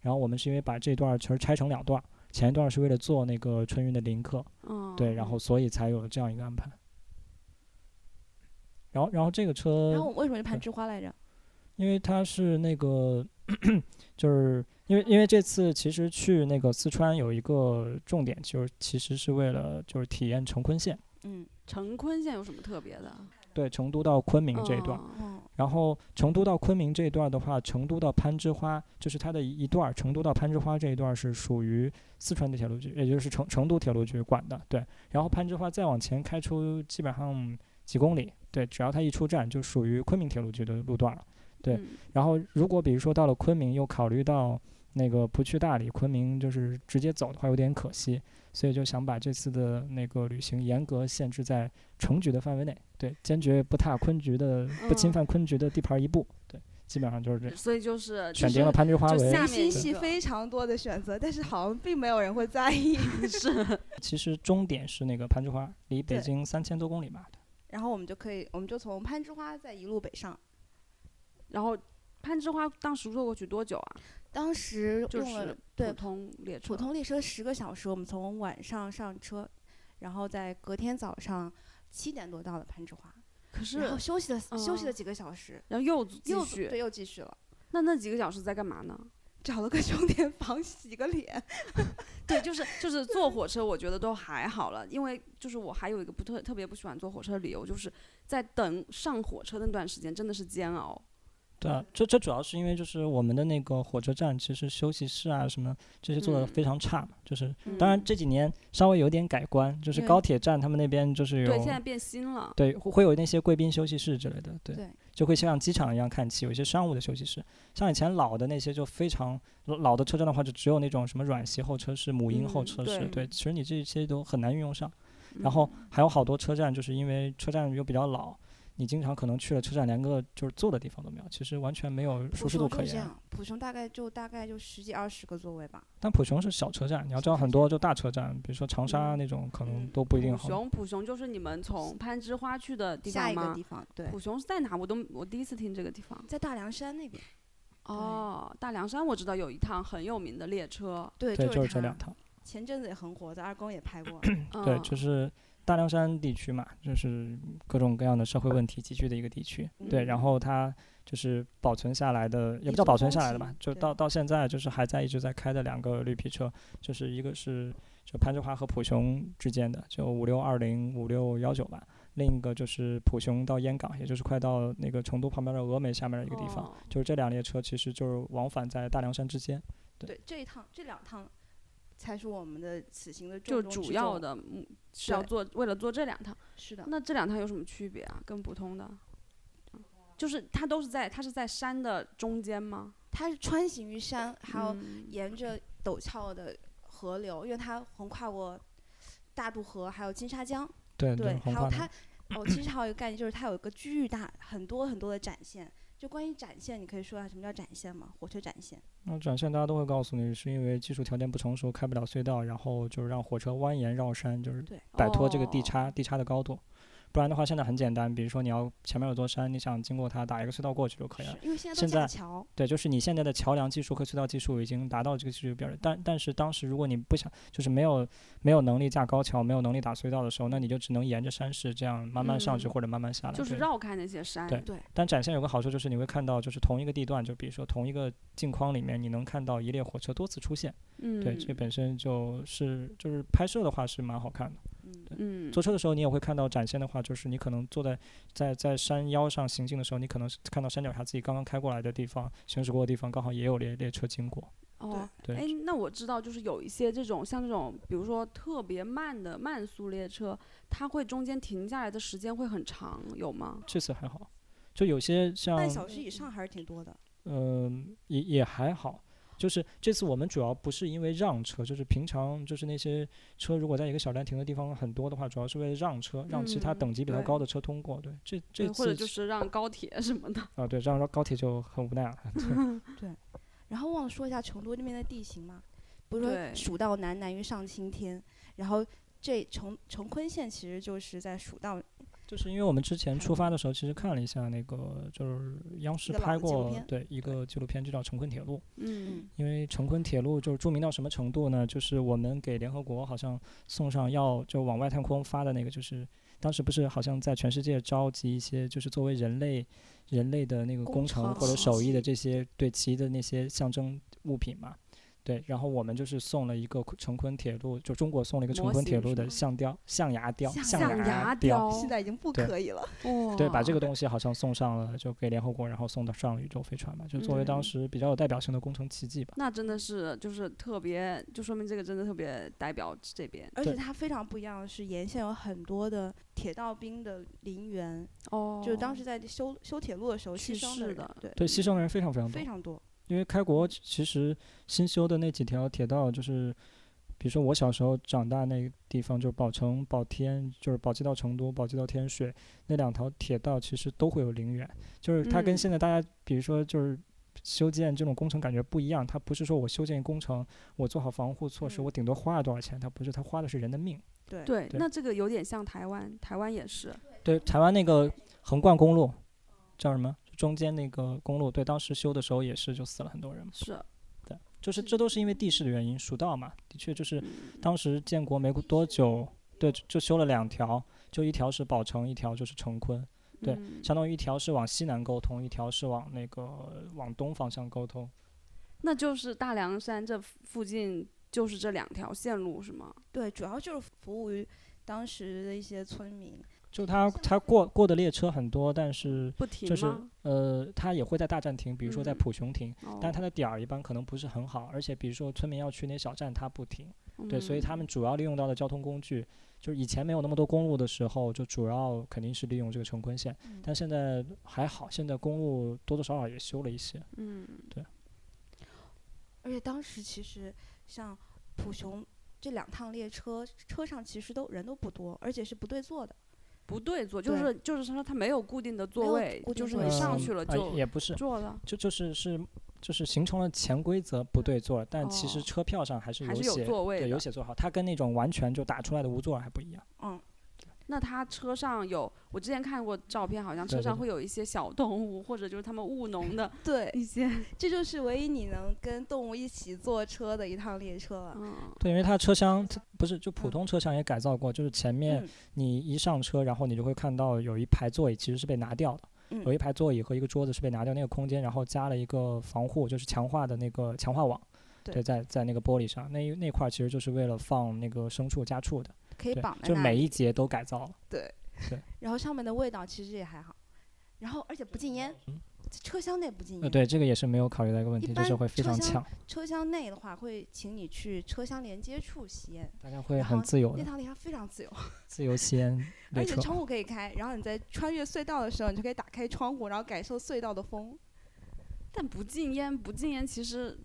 Speaker 3: 然后我们是因为把这段儿其实拆成两段儿，前一段儿是为了做那个春运的临客，
Speaker 2: 哦，
Speaker 3: 对，然后所以才有了这样一个安排。然后然后这个车，
Speaker 4: 然后我为什么去攀
Speaker 3: 嗯对
Speaker 4: 枝花来着？
Speaker 3: 因为它是那个，就是因为因为这次其实去那个四川有一个重点，就是其实是为了就是体验成昆线，
Speaker 4: 嗯
Speaker 2: 成昆线有什么特别的？
Speaker 3: 对，成都到昆明这一段。
Speaker 2: 哦
Speaker 4: 嗯，
Speaker 3: 然后成都到昆明这一段的话，成都到攀枝花就是它的一一段儿，成都到攀枝花这一段是属于四川的铁路局，也就是成成都铁路局管的，对。然后攀枝花再往前开出基本上几公里，对，只要它一出站就属于昆明铁路局的路段了。对
Speaker 2: 嗯
Speaker 3: 然后如果比如说到了昆明，又考虑到那个不去大理，昆明就是直接走的话有点可惜，所以就想把这次的那个旅行严格限制在成局的范围内，对，坚决不踏昆局的、不侵
Speaker 2: 嗯
Speaker 3: 犯昆局的地盘一步，对，基本上就是这样，
Speaker 2: 所以就是
Speaker 3: 选定了攀枝花
Speaker 2: 就
Speaker 3: 为
Speaker 2: 下面
Speaker 4: 信
Speaker 2: 一
Speaker 4: 息
Speaker 2: 个
Speaker 4: 非常多的选择，但是好像并没有人会在意。
Speaker 2: (laughs)
Speaker 3: 其实终点是那个攀枝花，离北
Speaker 4: 对
Speaker 3: 京三千多公里吧。
Speaker 4: 然后我们就可以，我们就从攀枝花再一路北上。
Speaker 2: 然后攀枝花当时坐过去多久啊？
Speaker 4: 当时
Speaker 2: 就
Speaker 4: 用了、
Speaker 2: 是
Speaker 4: 对
Speaker 2: 普通列车，
Speaker 4: 普通列车十个小时，我们从晚上上车，然后在隔天早上七点多到了攀枝花，
Speaker 2: 可是
Speaker 4: 然后休息了、休息
Speaker 2: 嗯
Speaker 4: 了几个小时，
Speaker 2: 然后又
Speaker 4: 又
Speaker 2: 继续，
Speaker 4: 对又继续了。
Speaker 2: 那那几个小时在干嘛呢？ (laughs)
Speaker 4: 找了个钟 (laughs) 点房洗个脸。
Speaker 2: 对，就是就是坐火车，我觉得都还好了，因为就是我还有一个不特特别不喜欢坐火车的理由，就是在等上火车那段时间真的是煎熬。
Speaker 3: 对啊，这这主要是因为就是我们的那个火车站，其实休息室啊什么这些做的
Speaker 2: 嗯
Speaker 3: 非常差嘛，就是当然这几年稍微有点改观，就是
Speaker 4: 嗯对
Speaker 3: 高铁站他们那边就是有
Speaker 2: 对，现在变新了。
Speaker 3: 对会会有那些贵宾休息室之类的，对，
Speaker 4: 对
Speaker 3: 就会像机场一样看齐，有一些商务的休息室，像以前老的那些就非常老老的车站的话，就只有那种什么软席候车室、母婴候
Speaker 2: 嗯
Speaker 3: 车室，
Speaker 2: 对
Speaker 3: 对，其实你这些都很难运用上。
Speaker 2: 嗯
Speaker 3: 然后还有好多车站，就是因为车站又比较老，你经常可能去了车站连个就是坐的地方都没有，其实完全没有舒
Speaker 4: 普
Speaker 3: 适度
Speaker 4: 雄
Speaker 3: 可啊
Speaker 4: 就这
Speaker 3: 言。
Speaker 4: 样，普雄大概就大概就十几二十个座位吧。
Speaker 3: 但普雄是小车站，你要知道很多就大车站，比如说长沙那种可能都不一定
Speaker 2: 普
Speaker 3: 好。
Speaker 2: 雄，普雄就是你们从攀枝花去的地
Speaker 4: 下
Speaker 2: 方
Speaker 4: 一个
Speaker 2: 吗
Speaker 4: 地？方对，
Speaker 2: 普雄是在哪？我都我第一次听这个地方。
Speaker 4: 在大凉山那边。
Speaker 2: 哦，大凉山我知道有一趟很有名的列车，
Speaker 4: 对，
Speaker 3: 对，就是
Speaker 4: 是
Speaker 3: 这
Speaker 4: 它
Speaker 3: 两趟。
Speaker 4: 前阵子也很火，在二宫也拍
Speaker 3: (clears throat)
Speaker 4: 过。
Speaker 2: 嗯、
Speaker 3: 对，就是大凉山地区嘛，就是各种各样的社会问题集聚的一个地区。对，然后它就是保存下来的，也
Speaker 4: 民
Speaker 3: 不叫
Speaker 4: 族
Speaker 3: 保存
Speaker 4: 风
Speaker 3: 下来的吧
Speaker 4: 情，
Speaker 3: 就
Speaker 4: 对
Speaker 3: 到到现在就是还在一直在开的两个绿皮车，就是一个是就攀枝花和普雄之间的，就五六二零五六幺九吧。另一个就是普雄到烟港，也就是快到那个成都旁边的峨眉下面的一个地方，
Speaker 2: 哦
Speaker 3: 就是这两列车其实就是往返在大凉山之间。对
Speaker 4: 对，这一趟这两趟才是我们的此行的
Speaker 2: 就
Speaker 4: 重中之
Speaker 2: 主要
Speaker 4: 重。
Speaker 2: 的目是要
Speaker 4: 对
Speaker 2: 做，为了做这两趟。
Speaker 4: 是的，
Speaker 2: 那这两趟有什么区别啊？跟普通的，就是它都是在它是在山的中间吗？
Speaker 4: 它是穿行于山，还有
Speaker 2: 嗯
Speaker 4: 沿着陡峭的河流，因为它横跨过大渡河，还有金沙江。
Speaker 3: 嗯对
Speaker 4: 对，
Speaker 3: 横
Speaker 4: 还有
Speaker 3: 跨的
Speaker 4: 它，哦，其实还有一个概念，就是它有一个巨大、很多很多的展现。就关于展现，你可以说下什么叫展现吗？火车展现。
Speaker 3: 那转线大家都会告诉你，是因为技术条件不成熟，开不了隧道，然后就是让火车蜿蜒绕山，就是
Speaker 4: 对
Speaker 3: 摆脱这个地
Speaker 2: 哦
Speaker 3: 差、地差的高度。不然的话，现在很简单，比如说你要前面有座山，你想经过它，打一个隧道过去就可以了啊
Speaker 4: 是。因为现在
Speaker 3: 现
Speaker 4: 都架
Speaker 3: 在
Speaker 4: 桥，
Speaker 3: 对，就是你现在的桥梁技术和隧道技术已经达到这个技术标准，但但是当时如果你不想，就是没有没有能力架高桥，没有能力打隧道的时候，那你就只能沿着山势这样慢慢上去
Speaker 2: 嗯
Speaker 3: 或者慢慢下来。
Speaker 2: 就是
Speaker 3: 对
Speaker 2: 绕开那些山。
Speaker 3: 对
Speaker 4: 对，
Speaker 3: 但展现有个好处就是你会看到，就是同一个地段，就比如说同一个镜框里面，你能看到一列火车多次出现。
Speaker 2: 嗯，
Speaker 3: 对，这本身就是就是拍摄的话是蛮好看的。
Speaker 4: 嗯，
Speaker 2: 嗯，
Speaker 3: 坐车的时候你也会看到展现的话，就是你可能坐在在在山腰上行进的时候，你可能是看到山脚下自己刚刚开过来的地方，行驶过的地方刚好也有列列车经过。
Speaker 2: 哦，
Speaker 3: 对
Speaker 2: 哎，那我知道，就是有一些这种像这种，比如说特别慢的慢速列车，它会中间停下来的时间会很长，有吗？
Speaker 3: 这次还好，就有些像
Speaker 4: 半小时以上还是挺多的。
Speaker 3: 嗯、也也还好。就是这次我们主要不是因为让车，就是平常就是那些车如果在一个小站停的地方很多的话，主要是为了让车，让其他
Speaker 2: 嗯
Speaker 3: 等级比较
Speaker 2: 对
Speaker 3: 高的车通过。对，这这
Speaker 2: 对或者
Speaker 3: 次
Speaker 2: 就是让高铁什
Speaker 4: (laughs)
Speaker 2: 么的。
Speaker 3: 啊，对，这样高铁就很无奈了。
Speaker 4: 然后忘了说一下成都那边的地形嘛，不是说
Speaker 2: 对
Speaker 4: 蜀道难，难于上青天。然后这成成昆县其实就是在蜀道
Speaker 3: 就是因为我们之前
Speaker 4: 看
Speaker 3: 出发的时候，其实看了一下那个，就是央视
Speaker 4: 一个老
Speaker 3: 拍
Speaker 4: 的纪录
Speaker 3: 过
Speaker 4: 片
Speaker 3: 对一个纪录片，就叫《成昆铁路》。
Speaker 2: 嗯，
Speaker 3: 因为成昆铁路就是著名到什么程度呢？就是我们给联合国好像送上要就往外太空发的那个，就是当时不是好像在全世界召集一些就是作为人类人类的那个工
Speaker 4: 工
Speaker 3: 程
Speaker 4: 程
Speaker 3: 或者
Speaker 4: 奇
Speaker 3: 手艺的
Speaker 4: 迹
Speaker 3: 这些对奇的那些象征物品嘛。对，然后我们就是送了一个成昆铁路，就中国送了一个成
Speaker 2: 模
Speaker 3: 昆铁
Speaker 2: 型
Speaker 3: 路
Speaker 2: 是
Speaker 3: 的
Speaker 2: 吗
Speaker 3: 象雕、象牙雕、
Speaker 4: 象
Speaker 2: 象
Speaker 3: 牙
Speaker 2: 牙
Speaker 3: 雕。
Speaker 2: 雕，
Speaker 4: 在已经不
Speaker 3: 对
Speaker 4: 以了。
Speaker 2: 哦
Speaker 3: 对，把这个
Speaker 2: 东
Speaker 3: 东西好像送上了，就给联合国，然后送到上了宇宙飞船嘛，就作为当
Speaker 2: 嗯
Speaker 3: 时比较有代表性的工程奇迹吧。
Speaker 2: 那真的是就是特别，就说明这个真的特别代表这边
Speaker 4: 而
Speaker 3: 对
Speaker 4: 且它非常不一样的是，沿线有很多的铁道兵的陵园，
Speaker 2: 哦
Speaker 4: 就是当时在修修铁路的时候
Speaker 2: 去
Speaker 4: 牺牲
Speaker 2: 世
Speaker 4: 的
Speaker 2: 的
Speaker 4: 人，对，
Speaker 3: 对，牺牲的人非常非常多
Speaker 4: 非，常多。
Speaker 3: 因为开国其实新修的那几条铁道，就是比如说我小时候长大那个地方，就是宝城、宝天，就是宝鸡到成都、宝鸡到天水那两条铁道，其实都会有陵园，就是它跟
Speaker 2: 嗯
Speaker 3: 现在大家，比如说就是。修建这种工程感觉不一样，它不是说我修建工程，我做好防护措施，
Speaker 4: 嗯
Speaker 3: 我顶多花了多少钱，它不是，它花的是人的命。
Speaker 4: 对，
Speaker 2: 对，
Speaker 3: 对
Speaker 2: 那这个有点像台湾，台湾也是，
Speaker 3: 对，台湾那个横贯公路叫什么？中间那个公路，对，当时修的时候也是就死了很多人嘛。
Speaker 2: 是
Speaker 3: 对，就是这都是因为地势的原因，蜀道嘛，的确就是当时建国没过多久，对，就就修了两条，就一条是宝成，一条就是成昆，对
Speaker 2: 嗯
Speaker 3: 相当于一条是往西南沟通，一条是往那个往东方向沟通。
Speaker 2: 那就是大凉山这附近就是这两条线路是吗？
Speaker 4: 对，主要就是服务于当时的一些村民。
Speaker 3: 就他他过过的列车很多，但是
Speaker 2: 不停
Speaker 3: 就是
Speaker 2: 吗？
Speaker 3: 呃，他也会在大站停，比如说在
Speaker 2: 嗯
Speaker 3: 普雄停，
Speaker 2: 哦
Speaker 3: 但他的点儿一般可能不是很好，而且比如说村民要去那小站，他不停。
Speaker 2: 哦
Speaker 3: 对，
Speaker 2: 嗯
Speaker 3: 所以他们主要利用到的交通工具，就是以前没有那么多公路的时候，就主要肯定是利用这个成昆线，
Speaker 4: 嗯
Speaker 3: 但现在还好，现在公路多多少少也修了一些。
Speaker 2: 嗯，
Speaker 4: 而且当时其实像普雄这两趟列车，车上其实都人都不多，而且是不对坐的。
Speaker 2: 不对坐，就是就是说它没有固定的座
Speaker 4: 没有
Speaker 2: 位
Speaker 4: 固，定
Speaker 2: 就是
Speaker 4: 座
Speaker 2: 你
Speaker 4: 位啊
Speaker 2: 上
Speaker 3: 嗯
Speaker 2: 去了
Speaker 3: 呃
Speaker 2: 就
Speaker 3: 也不是，
Speaker 2: 坐了，
Speaker 3: 就就是是就是形成了潜规则不对座，但
Speaker 2: 哦
Speaker 3: 其实车票上还是
Speaker 2: 还
Speaker 3: 有
Speaker 2: 是有
Speaker 3: 写。
Speaker 2: 座位
Speaker 3: 对，有
Speaker 2: 的。
Speaker 3: 写座号，它跟那种完全就打出来的无座还不一样。
Speaker 4: 嗯，
Speaker 2: 那它车上有，我之前看过照片，好像
Speaker 3: 对
Speaker 2: 车
Speaker 3: 对
Speaker 2: 上
Speaker 3: 对
Speaker 2: 会有一些小动物，或者就是他们务农
Speaker 4: (laughs)
Speaker 2: 的
Speaker 4: 对，
Speaker 2: 一些，
Speaker 4: 这就是唯一你能跟动物一起坐车的一趟列车了。
Speaker 2: 嗯，
Speaker 3: 对，因为它车厢它不是就普通车厢也改造过，就是前面
Speaker 4: 嗯
Speaker 3: 你一上车，然后你就会看到有一排座椅其实是被拿掉的，
Speaker 4: 嗯
Speaker 3: 有一排座椅和一个桌子是被拿掉那个空间，然后加了一个防护，就是强化的那个强化网。
Speaker 4: 对
Speaker 3: 对，在在那个玻璃上，那一那块儿其实就是为了放那个牲畜、家畜的，
Speaker 4: 可以
Speaker 3: 对
Speaker 4: 绑，在
Speaker 3: 就
Speaker 4: 那
Speaker 3: 每
Speaker 4: 里，
Speaker 3: 一节都改造了。
Speaker 4: 然后上面的味道其实也还好，然后而且不禁烟，车厢内不禁
Speaker 3: 嗯呃，
Speaker 4: 烟。
Speaker 3: 对，这个也是没有考虑到一个问
Speaker 4: 嗯一
Speaker 3: 题，就
Speaker 4: 般
Speaker 3: 是会非
Speaker 4: 车
Speaker 3: 常
Speaker 4: 厢
Speaker 3: 抢，
Speaker 4: 车厢内的话会请你去车厢连接处吸烟，
Speaker 3: 大家会
Speaker 4: 然
Speaker 3: 很
Speaker 4: 后
Speaker 3: 自由
Speaker 4: 那
Speaker 3: 的，
Speaker 4: 趟列车非常自由，
Speaker 3: 自由吸烟列
Speaker 4: 而且
Speaker 3: 车。
Speaker 4: 窗户可以开，然后你在穿越隧道的时候，你就可以打开窗户，然后感受隧道的风。
Speaker 2: 但不禁烟，不禁烟其实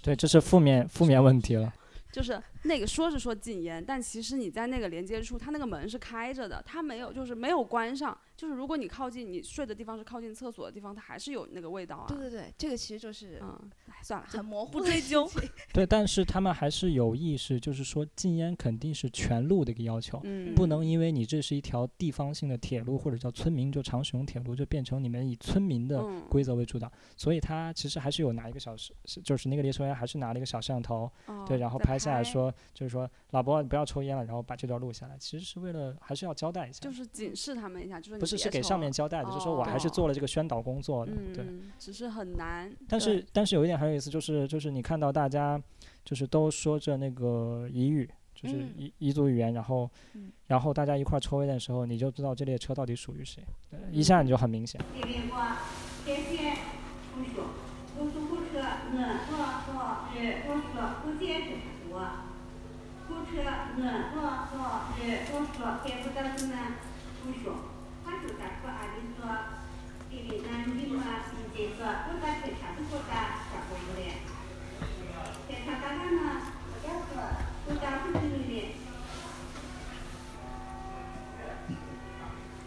Speaker 3: 对，这是负面负面问题了。
Speaker 2: 就是那个说是说禁烟，但其实你在那个连接处，它那个门是开着的，它没有就是没有关上，就是如果你靠近你睡的地方是靠近厕所的地方，它还是有那个味道啊。
Speaker 4: 对对对，这个其实就是
Speaker 2: 嗯，哎，算了，
Speaker 4: 很模糊
Speaker 2: 不
Speaker 4: 的
Speaker 2: 追
Speaker 4: 事
Speaker 2: 究
Speaker 4: 情。
Speaker 3: (laughs)
Speaker 4: (laughs)
Speaker 3: 对，但是他们还是有意识，就是说禁烟肯定是全路的一个要求，
Speaker 2: 嗯，
Speaker 3: 不能因为你这是一条地方性的铁路或者叫村民就常使用铁路，就变成你们以村民的
Speaker 2: 嗯
Speaker 3: 规则为主导。所以他其实还是有拿一个小时，是就是那个列车员还是拿了一个小摄像头，
Speaker 2: 哦
Speaker 3: 对，然后
Speaker 2: 再拍
Speaker 3: 拍下来，说，就是说老伯你不要抽烟了，然后把这段录下来，其实是为了还是要交代一下，
Speaker 2: 就是警示他们一下，就是你
Speaker 3: 不是
Speaker 2: 别
Speaker 3: 是给
Speaker 2: 抽
Speaker 3: 上
Speaker 2: 了
Speaker 3: 面，交代的，就是说我还是
Speaker 2: 哦
Speaker 3: 做了这个宣导工作的，
Speaker 2: 嗯，
Speaker 3: 对。
Speaker 2: 嗯只是很难。对
Speaker 3: 但是但是有一点很有意思，就是就是你看到大家就是都说着那个彝语，就是
Speaker 4: 嗯
Speaker 3: 彝彝族语言，然后、
Speaker 4: 嗯
Speaker 3: 然后大家一块儿抽烟的时候，你就知道这列车到底属于谁，呃
Speaker 4: 嗯
Speaker 3: 一下你就很明显。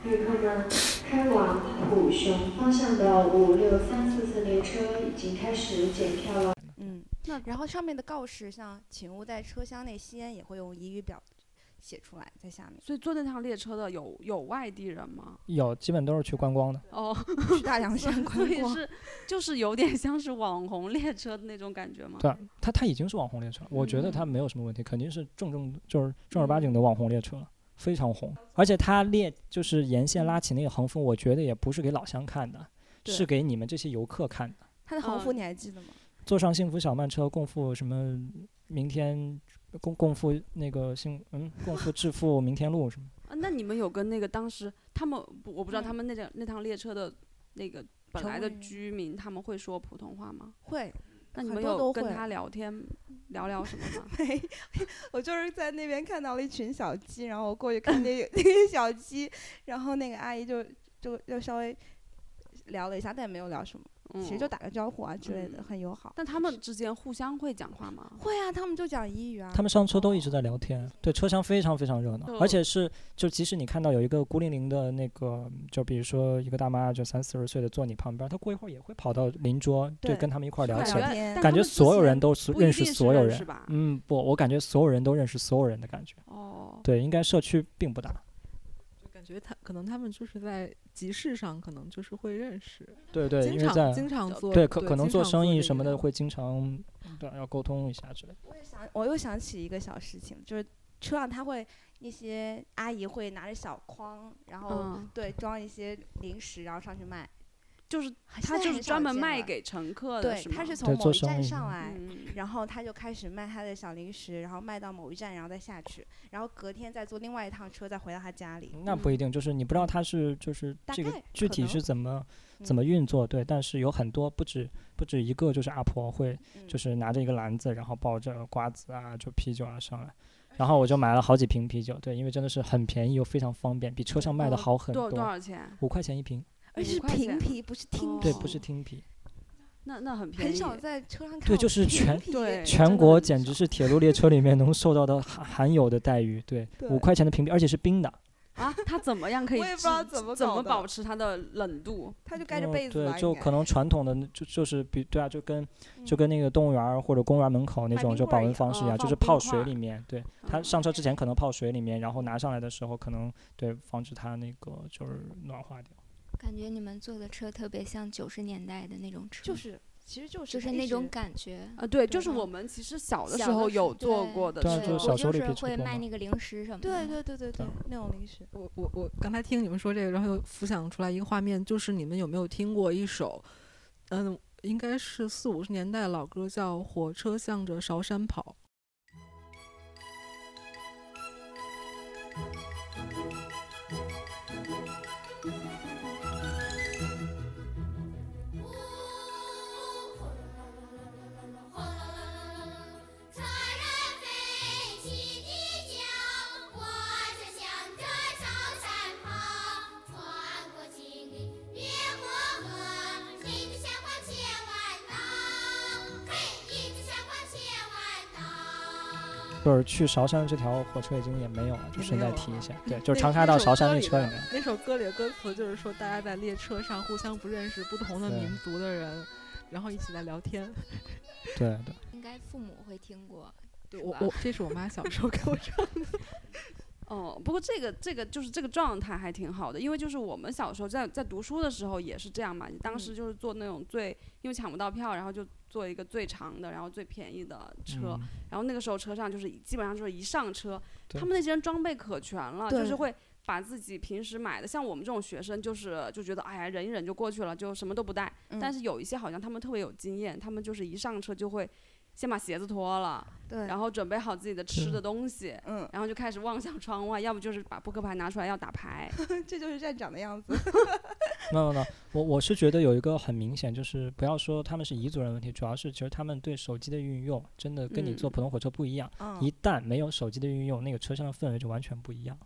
Speaker 7: 旅客们，开往古雄方向的五六三四次列车已经开始检票了。
Speaker 3: (laughs)
Speaker 4: 嗯，那然后上面的告示像“请勿在车厢内吸烟”也会用彝语表写出来，在下面
Speaker 2: 所以坐那趟列车的有有外地人吗？
Speaker 3: 有基本都是去观光的，
Speaker 4: (laughs)
Speaker 2: 哦，
Speaker 4: 去大
Speaker 2: (laughs)
Speaker 4: 凉山
Speaker 2: 所
Speaker 4: 观
Speaker 2: 以
Speaker 4: 光。
Speaker 2: 是就是有点像是网红列车的那种感觉吗？
Speaker 3: 对啊，它它已经是网红列车了，我觉得
Speaker 4: 嗯
Speaker 3: 它没有什么问题，肯定是正正就是正儿八经的网红列车了。非常红，而且它列就是沿线拉起那个横幅，我觉得也不是给老乡看的，
Speaker 4: 对
Speaker 3: 是给你们这些游客看的。
Speaker 4: 它的横幅
Speaker 2: 嗯
Speaker 4: 你还记得吗？
Speaker 3: 坐上幸福小慢车，共赴什么？明天共共赴那个幸嗯，共赴致富明天路什么？
Speaker 2: 啊，那你们有跟那个当时他们，不我不知道他
Speaker 4: 嗯
Speaker 2: 们那辆那趟列车的那个本
Speaker 4: 乘
Speaker 2: 来的
Speaker 4: 务员
Speaker 2: 居民，他们会说普通话吗？
Speaker 4: (laughs) 会，
Speaker 2: 那你
Speaker 4: 很
Speaker 2: 们
Speaker 4: 多
Speaker 2: 有
Speaker 4: 都
Speaker 2: 跟
Speaker 4: 会
Speaker 2: 他聊天聊聊什么吗？
Speaker 4: 我就是在那边看到了一群小鸡，然后我过去看那 (laughs) 个那个小鸡，然后那个阿姨就就就稍微聊了一下，但也没有聊什么，
Speaker 2: 嗯，
Speaker 4: (laughs) 其实就打个招呼啊之类的，
Speaker 2: 嗯
Speaker 4: 很友好。
Speaker 2: 但他们之间互相会讲话吗？
Speaker 4: 会啊，他们就讲彝语啊。
Speaker 3: 他们上车都一直在聊
Speaker 2: 哦
Speaker 3: 天，对，车厢非常非常热闹，而且是就即使你看到有一个孤零零的那个，就比如说一个大妈就三四十岁的坐你旁边，她过一会儿也会跑到呃邻桌，对，
Speaker 4: 对
Speaker 3: 跟他们一块儿聊
Speaker 2: 感
Speaker 3: 起
Speaker 2: 觉
Speaker 3: 来，
Speaker 4: 天
Speaker 2: 但他
Speaker 3: 感觉
Speaker 2: 们之
Speaker 3: 所有
Speaker 2: 间
Speaker 3: 人都是
Speaker 2: 不一
Speaker 3: 认识
Speaker 2: 定是
Speaker 3: 所有
Speaker 2: 认识
Speaker 3: 人。
Speaker 2: 吧？
Speaker 3: 嗯，不，我感觉所有人都认识所有人的感觉。
Speaker 2: 哦，
Speaker 3: 对，应该社区并不大。
Speaker 6: 就感觉他可能他们就是在集市上，可能就是会认识，
Speaker 3: 对对，
Speaker 6: 经
Speaker 3: 因为
Speaker 6: 常
Speaker 3: 在
Speaker 6: 经常做
Speaker 3: 对可可能
Speaker 6: 经
Speaker 3: 做
Speaker 6: 常
Speaker 3: 生意
Speaker 6: 这
Speaker 3: 什
Speaker 6: 一
Speaker 3: 么的
Speaker 6: 类
Speaker 3: 会经常对要沟通一下之类的。
Speaker 4: 想我又想起一个小事情，就是车上他会那些阿姨会拿着小筐，然后、
Speaker 2: 嗯，
Speaker 4: 对装一些零食，然后上去卖。
Speaker 2: 就是
Speaker 4: 现
Speaker 2: 他
Speaker 4: 在
Speaker 2: 就
Speaker 4: 很
Speaker 2: 是
Speaker 4: 少
Speaker 2: 专门
Speaker 4: 见
Speaker 2: 卖
Speaker 4: 了
Speaker 2: 给乘客的，
Speaker 4: 对
Speaker 2: 是，吗
Speaker 4: 他是
Speaker 3: 对
Speaker 4: 从某
Speaker 3: 做
Speaker 4: 一
Speaker 3: 生
Speaker 4: 站
Speaker 3: 意
Speaker 4: 上来，
Speaker 2: 嗯
Speaker 4: 然后他就开始卖他的小零食，然后卖到某一站，然后再下去，然后隔天再坐另外一趟车再回到他家里。
Speaker 3: 那不一定，就是你不知道它是就是
Speaker 4: 大
Speaker 3: 这个
Speaker 4: 概
Speaker 3: 具
Speaker 4: 可
Speaker 3: 体
Speaker 4: 能
Speaker 3: 是怎么怎么运作，对，但是有很多不止不止一个，就是阿婆会
Speaker 4: 嗯
Speaker 3: 就是拿着一个篮子，然后抱着瓜子啊，就啤酒啊上来，然后我就买了好几瓶啤酒，对，因为真的是很便宜又非常方便，比车上卖的
Speaker 2: 呃
Speaker 3: 好很
Speaker 2: 多多
Speaker 3: 多，
Speaker 2: 少钱？
Speaker 3: 五块钱一瓶，
Speaker 4: 而且
Speaker 2: 五
Speaker 4: 是
Speaker 2: 块钱
Speaker 4: 瓶啤，不是听
Speaker 2: 哦
Speaker 3: 对，不是听啤，
Speaker 2: 那那很便
Speaker 4: 很
Speaker 2: 宜，
Speaker 4: 少在车上看
Speaker 3: 对
Speaker 4: 到
Speaker 3: 就是
Speaker 4: 瓶
Speaker 3: 全
Speaker 4: 啤
Speaker 2: 对
Speaker 3: 全国简
Speaker 4: 直。
Speaker 3: 直是铁路列车里面能受到的罕罕有的待遇，对，
Speaker 6: 对
Speaker 3: 五块钱的瓶啤，而且是冰的，
Speaker 2: 啊！他怎么样可以
Speaker 4: 我也不知道
Speaker 2: 制
Speaker 4: 怎么
Speaker 2: 怎么
Speaker 4: 搞的
Speaker 2: 保持它的冷度？
Speaker 4: 他就盖着
Speaker 3: 哦
Speaker 4: 被子吧，
Speaker 3: 对，就
Speaker 4: 应该
Speaker 3: 可能传统的那就就是比对啊，就跟就
Speaker 4: 嗯
Speaker 3: 跟那个动物园儿或者公园门口那
Speaker 4: 卖
Speaker 3: 种
Speaker 4: 冰
Speaker 3: 就
Speaker 4: 棍
Speaker 3: 保
Speaker 4: 儿一
Speaker 3: 温
Speaker 4: 样
Speaker 3: 方式一
Speaker 2: 哦
Speaker 3: 样，就
Speaker 2: 放
Speaker 3: 是
Speaker 2: 冰
Speaker 3: 泡
Speaker 2: 块
Speaker 3: 水
Speaker 2: 儿
Speaker 3: 里面，对，它
Speaker 2: 嗯
Speaker 3: 上车之前可能泡水里面，然后拿上来的时候可能对防止它那个就是暖化掉。
Speaker 5: 感觉你们坐的车特别像九十年代的那种车，
Speaker 4: 就是其实就是
Speaker 5: 就是
Speaker 4: 他
Speaker 5: 那
Speaker 4: 一
Speaker 5: 种
Speaker 4: 直
Speaker 5: 感觉。
Speaker 2: 啊，对，就是
Speaker 5: 嗯
Speaker 2: 我们其实小的
Speaker 5: 小
Speaker 2: 时
Speaker 5: 的
Speaker 2: 候
Speaker 5: 时
Speaker 2: 有做
Speaker 5: 对
Speaker 2: 过的
Speaker 3: 对啊
Speaker 2: 事，
Speaker 3: 就是小
Speaker 5: 我
Speaker 3: 时候
Speaker 5: 就
Speaker 3: 里
Speaker 5: 是
Speaker 3: 皮吃
Speaker 5: 会
Speaker 3: 过
Speaker 5: 卖
Speaker 3: 嘛
Speaker 5: 那个零食什么的。
Speaker 4: 对对对对对
Speaker 3: 嗯
Speaker 4: 那种零食，
Speaker 6: 我我我刚才听你们说这个，然后又浮想出来一个画面，就是你们有没有听过一首，嗯，应该是四五十年代老歌，叫《火车向着韶山跑》。
Speaker 8: 哗啦啦啦啦啦，传染飞起的脚，火车向着朝山跑，穿过秦岭，越过河，一支小花千万道，嘿，一支小花千万道。
Speaker 3: 就是去韶山这条火车已经也没有了，就
Speaker 6: 也
Speaker 3: 顺
Speaker 6: 没
Speaker 3: 带
Speaker 6: 有
Speaker 3: 提一
Speaker 6: 了
Speaker 3: 下，对，就是
Speaker 6: 那
Speaker 3: 长沙
Speaker 6: 那
Speaker 3: 到
Speaker 6: 首
Speaker 3: 韶
Speaker 6: 歌
Speaker 3: 山那
Speaker 6: 里
Speaker 3: 车
Speaker 6: 的
Speaker 3: 里面，
Speaker 6: 那首歌里的歌词就是说，大家在列车上互相不认识不同的
Speaker 3: 对
Speaker 6: 民族的人，然后一起来聊天。
Speaker 3: 对对。
Speaker 5: 应该父母会听过。
Speaker 6: 对
Speaker 5: 是
Speaker 6: 我
Speaker 5: 吧
Speaker 6: 我这是我妈小时候给我唱的。
Speaker 2: 哦，不过这个这个就是这个状态还挺好的，因为就是我们小时候在在读书的时候也是这样嘛，你当时就是坐那种最因为抢不到票，然后就坐一个最长的，然后最便宜的车，
Speaker 3: 嗯
Speaker 2: 然后那个时候车上就是基本上就是一上车，
Speaker 3: 对
Speaker 2: 他们那些人装备可全了，就
Speaker 4: 对
Speaker 2: 是会。把自己平时买的，像我们这种学生，就是就觉得哎呀忍一忍就过去了，就什么都不带。但
Speaker 4: 是
Speaker 2: 是有一些好像他们特别有经验，他们就是一上车就会先把鞋子脱了，
Speaker 4: 对，
Speaker 2: 然
Speaker 4: 后
Speaker 2: 后准备好自己的吃
Speaker 3: 对
Speaker 2: 的东西，
Speaker 4: 嗯，
Speaker 2: 然后就开始望向窗外，要不就是把扑克牌拿出来要打
Speaker 4: (laughs)
Speaker 2: 牌。
Speaker 4: 嗯这就是站长的样子，
Speaker 3: no no no，我我是觉得有一个很明显，就是不要说他们是彝族人问题，主要是其实他们对手机的运用真的跟你坐
Speaker 2: 嗯
Speaker 3: 普通火车不一样。
Speaker 4: 嗯
Speaker 3: 一旦没有手机的运用，那个车厢的氛围就完全不一样。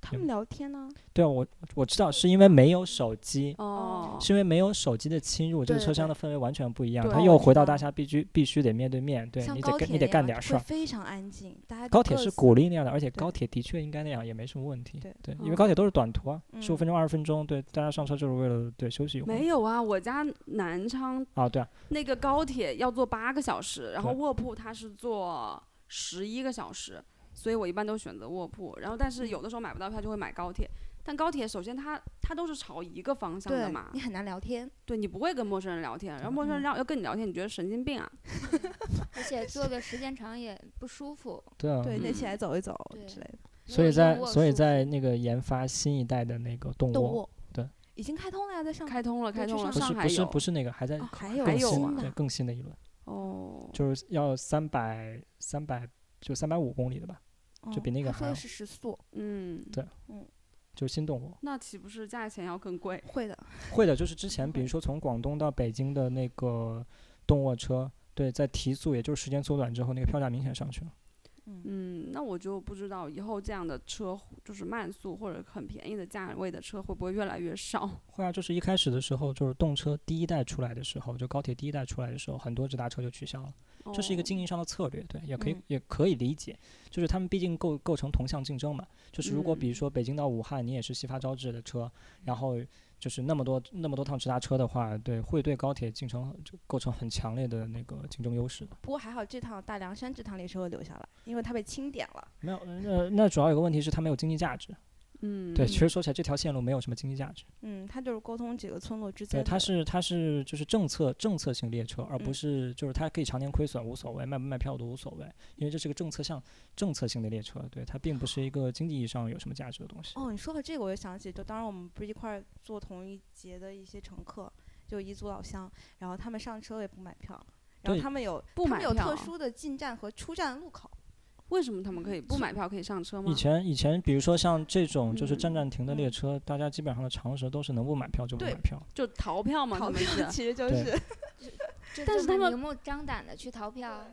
Speaker 4: 他们聊天呢，
Speaker 3: 对啊，我我知道是因为没有手机，
Speaker 2: 哦，
Speaker 3: 是因为没有手机的侵入，这个
Speaker 4: 对
Speaker 3: 车厢的
Speaker 4: 对嗯
Speaker 3: 氛围完全不一样。
Speaker 2: 对
Speaker 3: 他
Speaker 2: 哦
Speaker 3: 又
Speaker 2: 我知
Speaker 3: 回到
Speaker 2: 道
Speaker 3: 大家必须必须得面对面，对
Speaker 4: 像
Speaker 3: 你得
Speaker 4: 高铁
Speaker 3: 跟你得
Speaker 4: 那
Speaker 3: 干
Speaker 4: 样
Speaker 3: 点事
Speaker 4: 会
Speaker 3: 儿。
Speaker 4: 非常安静，大家
Speaker 3: 高
Speaker 4: 都
Speaker 3: 铁
Speaker 4: 各
Speaker 3: 是
Speaker 4: 自
Speaker 3: 鼓励那样的，而且
Speaker 4: 对
Speaker 3: 高铁的确应该那样，也没什么问题。
Speaker 4: 对
Speaker 3: 因
Speaker 2: 嗯
Speaker 3: 为高铁都是短途啊，十五
Speaker 4: 嗯
Speaker 3: 分钟、二十分钟，对，大家上车就是为了对休息一会儿
Speaker 2: 没有啊，我家南昌
Speaker 3: 啊，对啊，
Speaker 2: 那个高铁要坐八个小时，然后
Speaker 3: 对
Speaker 2: 卧铺它是坐十一个小时，所以我一般都选择卧铺。然后但是有的时候买不到票就会买高铁。但高铁首先它它都是朝一个方向的
Speaker 4: 对
Speaker 2: 嘛，
Speaker 4: 你嗯很难聊天，
Speaker 2: 对你不会跟陌生人聊天，然后陌生人要要跟你聊天，你觉得神经病啊？
Speaker 5: 而且坐的时间长也不舒服。
Speaker 3: 对啊。
Speaker 4: 对，
Speaker 2: 嗯
Speaker 4: 得起来走一走
Speaker 5: 对
Speaker 4: 之类的。
Speaker 3: 所以
Speaker 5: 如果
Speaker 3: 在
Speaker 5: 硬卧
Speaker 3: 所以
Speaker 5: 舒服
Speaker 3: 在那个研发新一代的那个动
Speaker 4: 动
Speaker 3: 物，
Speaker 4: 物
Speaker 3: 对，
Speaker 4: 已经开通了呀，在上海
Speaker 2: 开通了，
Speaker 4: 嗯对
Speaker 2: 开
Speaker 4: 去
Speaker 2: 通了，
Speaker 3: 不
Speaker 2: 上
Speaker 3: 是
Speaker 2: 海
Speaker 3: 不是
Speaker 2: 有
Speaker 3: 不是那个，还在
Speaker 4: 哦，还有
Speaker 2: 还
Speaker 3: 更
Speaker 2: 有
Speaker 3: 新
Speaker 2: 啊
Speaker 3: 对
Speaker 4: 的，
Speaker 3: 更新的一轮，
Speaker 2: 哦，
Speaker 3: 就是要三百三百就三百五公里的吧，就
Speaker 4: 嗯
Speaker 3: 比那个
Speaker 4: 他说
Speaker 3: 还好
Speaker 4: 的是时速，
Speaker 2: 嗯，
Speaker 3: 就是新动物。
Speaker 2: 那岂不是价钱要更贵？
Speaker 4: 会的，
Speaker 3: 会的，就是之前比如说从广东到北京的那个动卧车，对，在提速，也就是时间缩短之后，那个票价明显上去了。
Speaker 2: 嗯，那我就不知道以后这样的车，就是慢速或者很便宜的价位的车，会不会越来越少？
Speaker 3: 会啊，就是一开始的时候，就是动车第一代出来的时候，就高铁第一代出来的时候，很多直达车就取消了。这是一
Speaker 2: 哦
Speaker 3: 个经营上的策略，对，也可以、
Speaker 4: 嗯
Speaker 3: 也可以理解，就是他们毕竟构构成同向竞争嘛，就是如果比
Speaker 2: 嗯
Speaker 3: 如说北京到武汉，你也是西发招致的车，然后就是那么多那么多趟直达车的话，对，会对高铁进程就构成很强烈的那个竞争优势。
Speaker 4: 不过还好这趟大凉山这趟列车又留下来，因为它被清点了，
Speaker 3: 没有，呃那那主要有个问题是它没有经济价值，
Speaker 2: 嗯，
Speaker 3: 对，其实说起来这条线路没有什么经济价值，
Speaker 4: 嗯，它就是沟通几个村落之间
Speaker 3: 对，
Speaker 4: 的，
Speaker 3: 它是它是就是政策政策性列车，而不
Speaker 4: 嗯
Speaker 3: 是就是它可以常年亏损无所谓，卖不卖票都无所谓，因为这是个政策项政策性的列车，对，它并不是一个经济意义上有什么价
Speaker 4: 哦
Speaker 3: 值的东西。
Speaker 4: 哦，你说到这个，我就想起，就当时我们不是一块儿坐同一节的一些乘客，就彝族老乡，然后他们上车也不买票，然后
Speaker 3: 对
Speaker 4: 他们有
Speaker 2: 不
Speaker 4: 他
Speaker 2: 买
Speaker 4: 们有特
Speaker 2: 票
Speaker 4: 殊的进站和出站路口，
Speaker 2: 为什么他们可以
Speaker 4: 嗯
Speaker 2: 不买票可以上车吗
Speaker 3: 以？前以前，比如说像这种就是站
Speaker 2: 嗯
Speaker 3: 站停的列
Speaker 4: 嗯
Speaker 3: 车，大家基本上的常识都是能不买票就不
Speaker 4: 对
Speaker 3: 买票。
Speaker 2: 就逃票嘛，
Speaker 4: 逃
Speaker 2: 他们
Speaker 4: 票
Speaker 2: 是
Speaker 4: 其实就
Speaker 3: 对
Speaker 4: 是，
Speaker 5: 这
Speaker 2: 但
Speaker 5: 这
Speaker 2: 是他
Speaker 5: 么
Speaker 2: 们
Speaker 5: 明目张胆的去逃票，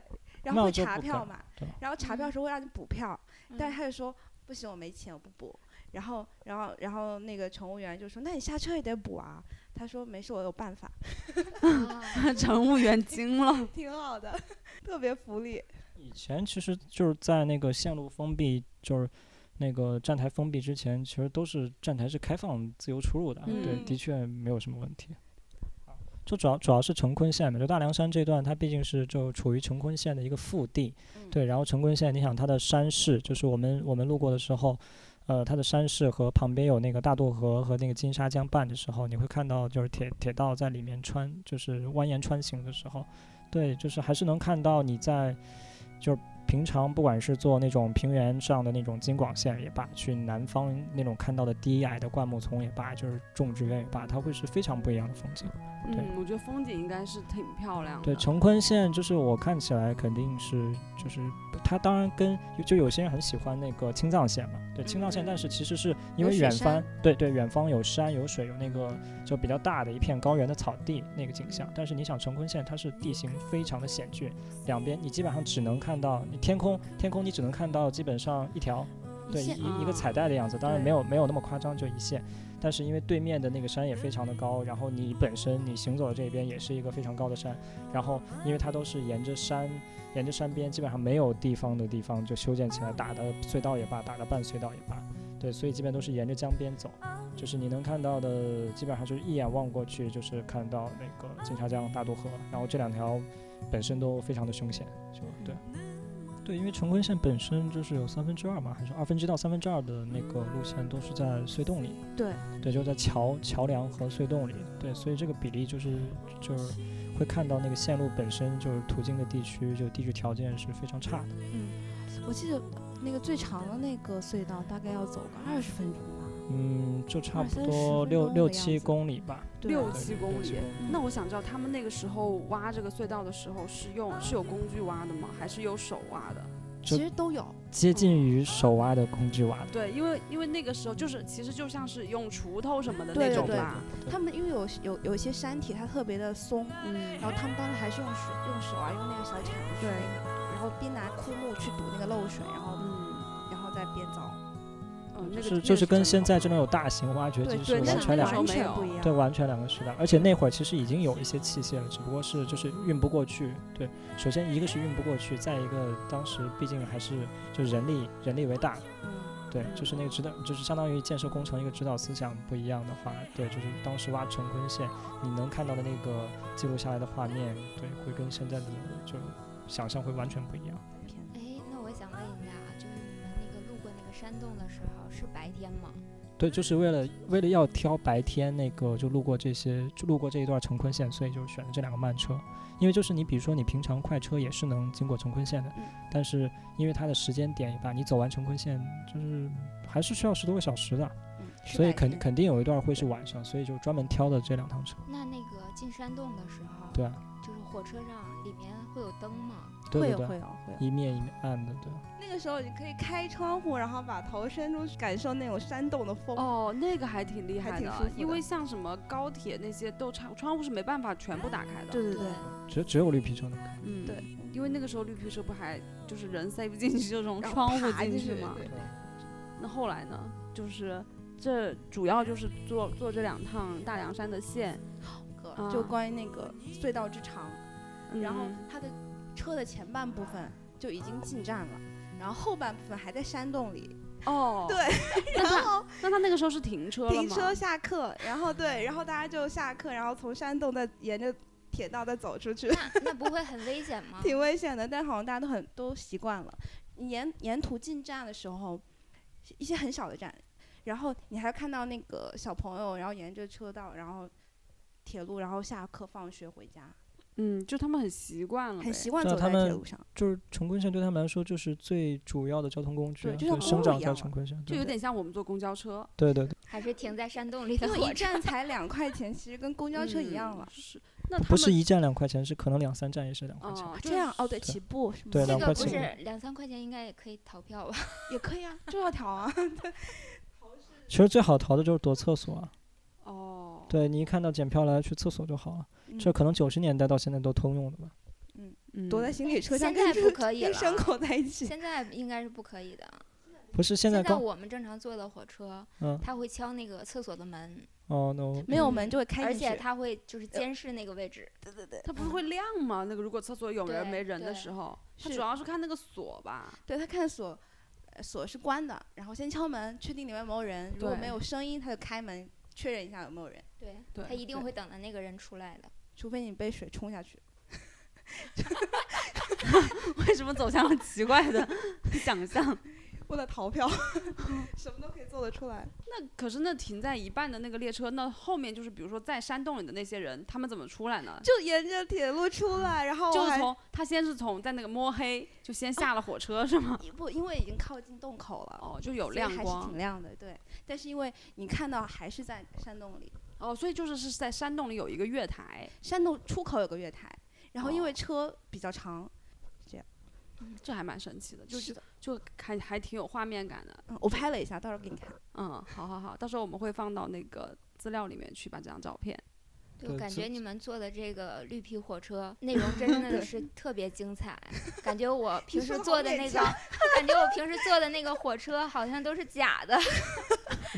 Speaker 4: 然
Speaker 3: 那
Speaker 4: 后
Speaker 3: 我
Speaker 4: 会
Speaker 3: 就
Speaker 4: 查
Speaker 3: 不
Speaker 4: 票
Speaker 3: 敢
Speaker 4: 嘛
Speaker 3: 对，
Speaker 4: 然后查票
Speaker 5: 嗯
Speaker 4: 时候会让你补票，但是
Speaker 5: 嗯
Speaker 4: 他就说不行，我没钱，我不补。然后，然后，然后那个乘务员就说：“那你下车也得补啊。”他说：“没事，我有办法， (laughs)
Speaker 5: 啊
Speaker 2: 乘务员惊了，
Speaker 4: 挺好的， (laughs) 特别福利。
Speaker 3: 以前其实就是在那个线路封闭，就是那个站台封闭之前，其实都是站台是开放自由出入的，对，
Speaker 2: 嗯
Speaker 3: 的确没有什么问题。啊就主要主要是成昆线嘛，就大凉山这段，它毕竟是就处于成昆线的一个腹地，
Speaker 4: 嗯
Speaker 3: 对。然后成昆线，你想它的山势，就是我们我们路过的时候，呃，它的山势和旁边有那个大渡河和那个金沙江畔的时候，你会看到就是铁铁道在里面穿，就是蜿蜒穿行的时候，对，就是还是能看到你在就是平常不管是坐那种平原上的那种京广线也罢，去南方那种看到的低矮的灌木丛也罢，就是种植园也罢，它会是非常不一样的风景。对
Speaker 2: 嗯，我觉得风景应该是挺漂亮的。
Speaker 3: 对，成昆线就是我看起来肯定是就是它当然跟就有些人很喜欢那个青藏线嘛，对青藏线，
Speaker 2: 嗯
Speaker 3: 但是其实是因
Speaker 4: 有
Speaker 3: 为
Speaker 4: 雪
Speaker 3: 远
Speaker 4: 山
Speaker 3: 方对对远方有山有水有那个就比较大的一片高原的草地那个景象，但是你想成昆线它是地形非常的险峻，两边你基本上只能看到你天空天空你只能看到基本上一条对，
Speaker 4: 线嗯
Speaker 3: 一一个
Speaker 2: 啊
Speaker 3: 彩带的样子，当然没
Speaker 4: 对
Speaker 3: 有没有那么夸张，就一线。但是因为对面的那个山也非常的高，然后你本身你行走的这边也是一个非常高的山，然后因为它都是沿着山沿着山边，基本上没有地方的地方就修建起来，打的隧道也罢，打的半隧道也罢，对，所以基本都是沿着江边走，就是你能看到的基本上就是一眼望过去就是看到那个金沙江、大渡河，然后这两条本身都非常的凶险，就对。对，因为成昆线本身就是有三分之二嘛，还是二分之一到三分之二的那个路线都是在隧洞里，
Speaker 4: 对，
Speaker 3: 对，就在桥桥梁和隧洞里，对，所以这个比例就是就是会看到那个线路本身就是途经的地区，就地质条件是非常差的。
Speaker 4: 我记得那个最长的那个隧道大概要走个二十分钟吧，
Speaker 3: 嗯，就差
Speaker 4: 二
Speaker 3: 不
Speaker 4: 三
Speaker 3: 多
Speaker 4: 十分
Speaker 3: 六
Speaker 4: 钟
Speaker 3: 六
Speaker 4: 的样
Speaker 3: 七
Speaker 4: 子
Speaker 3: 公里吧。
Speaker 4: 对
Speaker 2: 六
Speaker 3: 对
Speaker 2: 七
Speaker 3: 对
Speaker 2: 公
Speaker 3: 六七
Speaker 2: 里
Speaker 3: 公里。
Speaker 2: 那我想知道，他们那个时候挖这个隧道的时候是用是有工具挖的吗？还是有手挖的？
Speaker 3: 就
Speaker 4: 其实都有。
Speaker 3: 接近于手挖的工具挖的
Speaker 2: 对，因为因为那个时候就是其实就像是用锄头什么的那
Speaker 4: 对对
Speaker 2: 种
Speaker 4: 对
Speaker 2: 吧。
Speaker 4: 他们因为有有有一些山体它特别的松，
Speaker 2: 嗯
Speaker 4: 然后他们当时还是用手用手啊，用那个小铲子去
Speaker 2: 对
Speaker 4: 那个，然后边拿枯木去堵那个漏水，然后
Speaker 2: 嗯，
Speaker 4: 然后再边凿。
Speaker 2: 哦那个
Speaker 3: 是
Speaker 2: 那个
Speaker 3: 就是跟
Speaker 2: 真
Speaker 3: 现
Speaker 2: 好
Speaker 3: 在这种有大型挖掘
Speaker 4: 对
Speaker 3: 机
Speaker 2: 对
Speaker 3: 是
Speaker 2: 那
Speaker 3: 完
Speaker 2: 个
Speaker 3: 全两
Speaker 2: 时候
Speaker 4: 完
Speaker 2: 没
Speaker 4: 全
Speaker 2: 有啊
Speaker 4: 不一样。
Speaker 3: 对，完全两个时代。而且那会儿其实已经有一些器械了，只不过是就是运不过去。对，首先一个是运不过去，再一个当时毕竟还是就人力人力为大，
Speaker 4: 嗯，
Speaker 3: 对，就是那个指导，就是相当于建设工程一个指导思想不一样的话，对，就是当时挖成昆线，你能看到的那个记录下来的画面，对，会跟现在的就想象会完全不一样。
Speaker 4: 天哪
Speaker 5: 哎，那我想问一下啊，就是你们那个路过那个山洞的时候是白天吗？
Speaker 3: 对，就是为了为了要挑白天那个就路过这些就路过这一段成昆线，所以就选了这两个慢车。因为就是你比如说你平常快车也是能经过成昆线的，
Speaker 4: 嗯
Speaker 3: 但是因为它的时间点吧，你走完成昆线就是还是需要十多个小时的，
Speaker 4: 嗯是
Speaker 3: 所以
Speaker 4: 白
Speaker 3: 肯
Speaker 4: 天
Speaker 3: 肯定有一段会是晚上，所以就专门挑的这两趟车。
Speaker 5: 那那个进山洞的时候，
Speaker 3: 对啊，
Speaker 5: 就是火车上里面会有灯吗？
Speaker 3: 对
Speaker 4: 会
Speaker 3: 对
Speaker 4: 有
Speaker 3: 对，
Speaker 4: 会有啊会有。
Speaker 3: 一面一面暗的，对。
Speaker 4: 那个时候你可以开窗户，然后把头伸出去，感受那种山洞的风。
Speaker 2: 哦，那个还挺厉
Speaker 4: 还
Speaker 2: 害
Speaker 4: 挺
Speaker 2: 的，啊
Speaker 4: 舒服
Speaker 2: 因
Speaker 4: 的
Speaker 2: 为像什么高铁那些都窗窗户是没办法全部打开的。
Speaker 4: 对对对，
Speaker 3: 只只有绿皮车能看。
Speaker 2: 嗯，
Speaker 4: 对，
Speaker 2: 因为那个时候绿皮车不还就是人塞不进去，就从
Speaker 4: 然后
Speaker 2: 窗户
Speaker 4: 爬进
Speaker 2: 去
Speaker 4: 去
Speaker 2: 嘛。
Speaker 4: 对
Speaker 2: 那后来呢，就是这主要就是坐坐这两趟大凉山的线，
Speaker 4: 个就
Speaker 2: 啊
Speaker 4: 关于那个隧道之长，然
Speaker 2: 嗯
Speaker 4: 后它的车的前半部分就已经进站了，然后后半部分还在山洞里，
Speaker 2: 嗯哦，
Speaker 4: 对，
Speaker 2: 那
Speaker 4: 然
Speaker 2: 他
Speaker 4: 后
Speaker 2: 那他那个时候是停车了吗？
Speaker 4: 停车下课，然后对，然后大家就下课，然后从山洞再沿着铁道再走出去，
Speaker 5: 那那不会很危险吗？
Speaker 4: 挺危险的，但好像大家都很都习惯了。你沿沿途进站的时候，一些很小的站，然后你还看到那个小朋友，然后沿着车道，然后铁路，然后下课放学回家，
Speaker 2: 嗯，就他们很习惯
Speaker 5: 嗯
Speaker 2: 了呗，
Speaker 4: 很习惯
Speaker 3: 对啊
Speaker 4: 走
Speaker 3: 他
Speaker 4: 在铁
Speaker 3: 们
Speaker 4: 路上，
Speaker 3: 就是穷困县对他们来说就是最主要的交通工具
Speaker 4: 对
Speaker 3: 啊，
Speaker 4: 就像
Speaker 3: 对，生
Speaker 4: 公路
Speaker 3: 长
Speaker 4: 一
Speaker 3: 在
Speaker 4: 样
Speaker 3: 穷
Speaker 4: 嘛
Speaker 3: 困县，
Speaker 2: 就
Speaker 3: 对
Speaker 2: 有点像我们坐公交车，
Speaker 3: 对对对，
Speaker 5: 还是停在山洞里的
Speaker 4: 因为
Speaker 5: 火
Speaker 4: 一
Speaker 5: 车。
Speaker 4: 站
Speaker 5: (laughs)
Speaker 4: 才两块钱，其实跟公交车一样了
Speaker 2: 嗯。是，那他
Speaker 3: 不是
Speaker 2: 们
Speaker 3: 一站两块钱，是可能两三站也是两块钱。
Speaker 2: 哦，
Speaker 4: 这样哦，对，
Speaker 3: 是
Speaker 4: 起步是吗？
Speaker 3: 对
Speaker 5: 这
Speaker 3: 两
Speaker 5: 个
Speaker 3: 块
Speaker 5: 不
Speaker 3: 钱
Speaker 5: 是两三块钱应该也可以逃票吧？
Speaker 4: 也可以啊，就要调啊。
Speaker 5: 嗯
Speaker 3: 其实最好逃的就是躲厕所啊，
Speaker 2: 哦，
Speaker 3: 对你一看到检票来去厕所就好了，啊这可能九十年代到现在都通用的吧。
Speaker 2: 嗯
Speaker 4: 躲在行李车厢
Speaker 5: 现
Speaker 4: 跟
Speaker 5: 在不
Speaker 4: 车
Speaker 5: 可以
Speaker 4: 跟牲
Speaker 5: 了，
Speaker 4: 口在一起。
Speaker 5: 现在应该是不可以的。
Speaker 3: 不是现
Speaker 5: 现
Speaker 3: 在
Speaker 5: 在
Speaker 3: 刚
Speaker 5: 我们正常坐的火车
Speaker 3: 嗯，
Speaker 5: 他会敲那个厕所的门，
Speaker 3: 哦 no，
Speaker 4: 没有门就会开
Speaker 5: 而
Speaker 4: 进
Speaker 5: 且
Speaker 4: 去，
Speaker 5: 他会就是
Speaker 3: 呃
Speaker 5: 监视那个位置。
Speaker 4: 对对对，
Speaker 2: 它不是会亮吗？那个如果厕所有人
Speaker 5: 对
Speaker 2: 没人的
Speaker 5: 对
Speaker 2: 时候，它
Speaker 4: 是
Speaker 2: 主要是看那个锁吧。
Speaker 4: 对他看锁，呃锁是关的，然后先敲门，确定里面有没有人，如果
Speaker 2: 对
Speaker 4: 没有声音，他就开门确认一下有没有人，
Speaker 5: 对，
Speaker 2: 对
Speaker 5: 他一定
Speaker 4: 对
Speaker 5: 会等到那个人出来的。
Speaker 4: 除非你被水冲下去。
Speaker 2: 为什么走向了奇怪的 (laughs) 想象？
Speaker 4: 为了逃 (laughs) 票，什么都可以做得出来。
Speaker 2: 那可是那停在一半的那个列车，那后面就是比如说在山洞里的那些人，他们怎么出来呢？
Speaker 4: (laughs) 就沿着铁路出来，然后我
Speaker 2: 就是
Speaker 4: 还
Speaker 2: 从他先是从在那个摸黑就先下了火车是吗？
Speaker 4: 不因为已经靠近洞口了，
Speaker 2: (laughs) 哦，就有
Speaker 4: 所以
Speaker 2: 亮
Speaker 4: 还是
Speaker 2: 光
Speaker 4: 挺亮的，对。但是因为你看到还是在山洞里，
Speaker 2: 哦，所以就是是在山洞里有一个月台，
Speaker 4: 山洞出口有个月台，然后因为
Speaker 2: 哦
Speaker 4: 车比较长，
Speaker 2: 这还蛮神奇的，就是就
Speaker 4: 的，
Speaker 2: 就还还挺有画面感的。
Speaker 4: 嗯，我拍了一下，到时候给你看。
Speaker 2: 嗯，好好好，到时候我们会放到那个资料里面去吧，这张照片。
Speaker 5: 就
Speaker 3: 对
Speaker 5: 感
Speaker 3: 这
Speaker 5: 觉你们坐的这个绿皮火
Speaker 3: (laughs)
Speaker 5: 车内容真的是特别精彩，感觉我平时
Speaker 4: 说得好
Speaker 5: 坐的
Speaker 4: 勉
Speaker 5: 那个， (laughs)
Speaker 4: 强
Speaker 5: 感觉我平时坐的那个火车好像都是
Speaker 3: (laughs)
Speaker 5: 假的，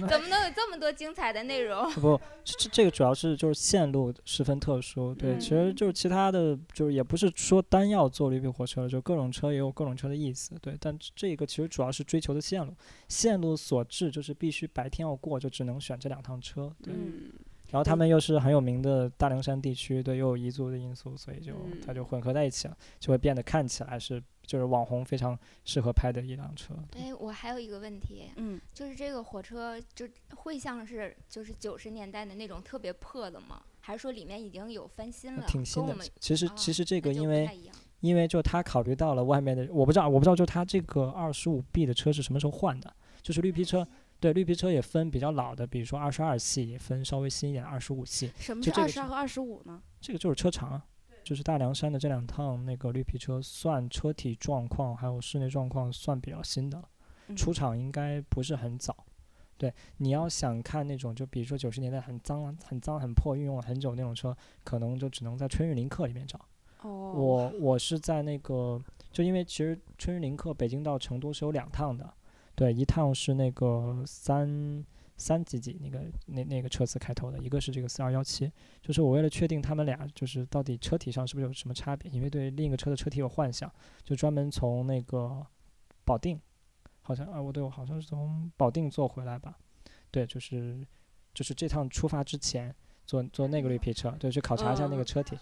Speaker 5: 怎么能有这么多精彩的内容？
Speaker 3: 不，这这这个主要是就是线路十分特殊，对，其实
Speaker 2: 嗯
Speaker 3: 就是其他的就是也不是说单要坐绿皮火车，就各种车也有各种车的意思，对，但这这个其实主要是追求的线路，线路所致就是必须白天要过，就只能选这两趟车，对，
Speaker 2: 嗯，
Speaker 3: 然后他们又是很有名的大凉山地区，对，又有彝族的因素，所以就
Speaker 2: 嗯
Speaker 3: 它就混合在一起了，就会变得看起来是就是网红非常适合拍的一辆车，
Speaker 5: 哎，我还有一个问题，
Speaker 4: 嗯，
Speaker 5: 就是这个火车就会像是就是九十年代的那种特别破的吗？还是说里面已经有翻新了？
Speaker 3: 啊挺新
Speaker 5: 啊跟
Speaker 3: 的
Speaker 5: 我们。
Speaker 3: 其实
Speaker 5: 啊
Speaker 3: 其实这
Speaker 5: 那
Speaker 3: 个
Speaker 5: 就
Speaker 3: 因
Speaker 5: 不
Speaker 3: 为
Speaker 5: 太一样
Speaker 3: 因为就他考虑到了外面的，我不知道，我不知道，就他这个二十五 B 的车是什么时候换的？就是绿皮车，对，绿皮车也分比较老的，比如说二十二系，也分稍微新一点二十五系，
Speaker 4: 什么
Speaker 3: 就是这
Speaker 4: 二
Speaker 3: 个
Speaker 4: 十二
Speaker 3: 是
Speaker 4: 和二十五呢？
Speaker 3: 这个就是车长啊。就是大凉山的这两趟那个绿皮车，算车体状况还有室内状况算比较新的了，
Speaker 4: 嗯
Speaker 3: 出厂应该不是很早。对，你要想看那种，就比如说九十年代很脏、啊很脏、很破、运用了很久那种车，可能就只能在春运林克里面找。
Speaker 2: 哦，
Speaker 3: 我我是在那个，就因为其实春日林克北京到成都是有两趟的，对，一趟是那个三三几几那个那那个车次开头的，一个是这个四二幺七，就是我为了确定他们俩就是到底车体上是不是有什么差别，因为对另一个车的车体有幻想，就专门从那个保定，好像啊，我对我好像是从保定坐回来吧，对，就是就是这趟出发之前坐坐那个绿皮车，对，去考察一下那
Speaker 2: 嗯
Speaker 3: 个车体。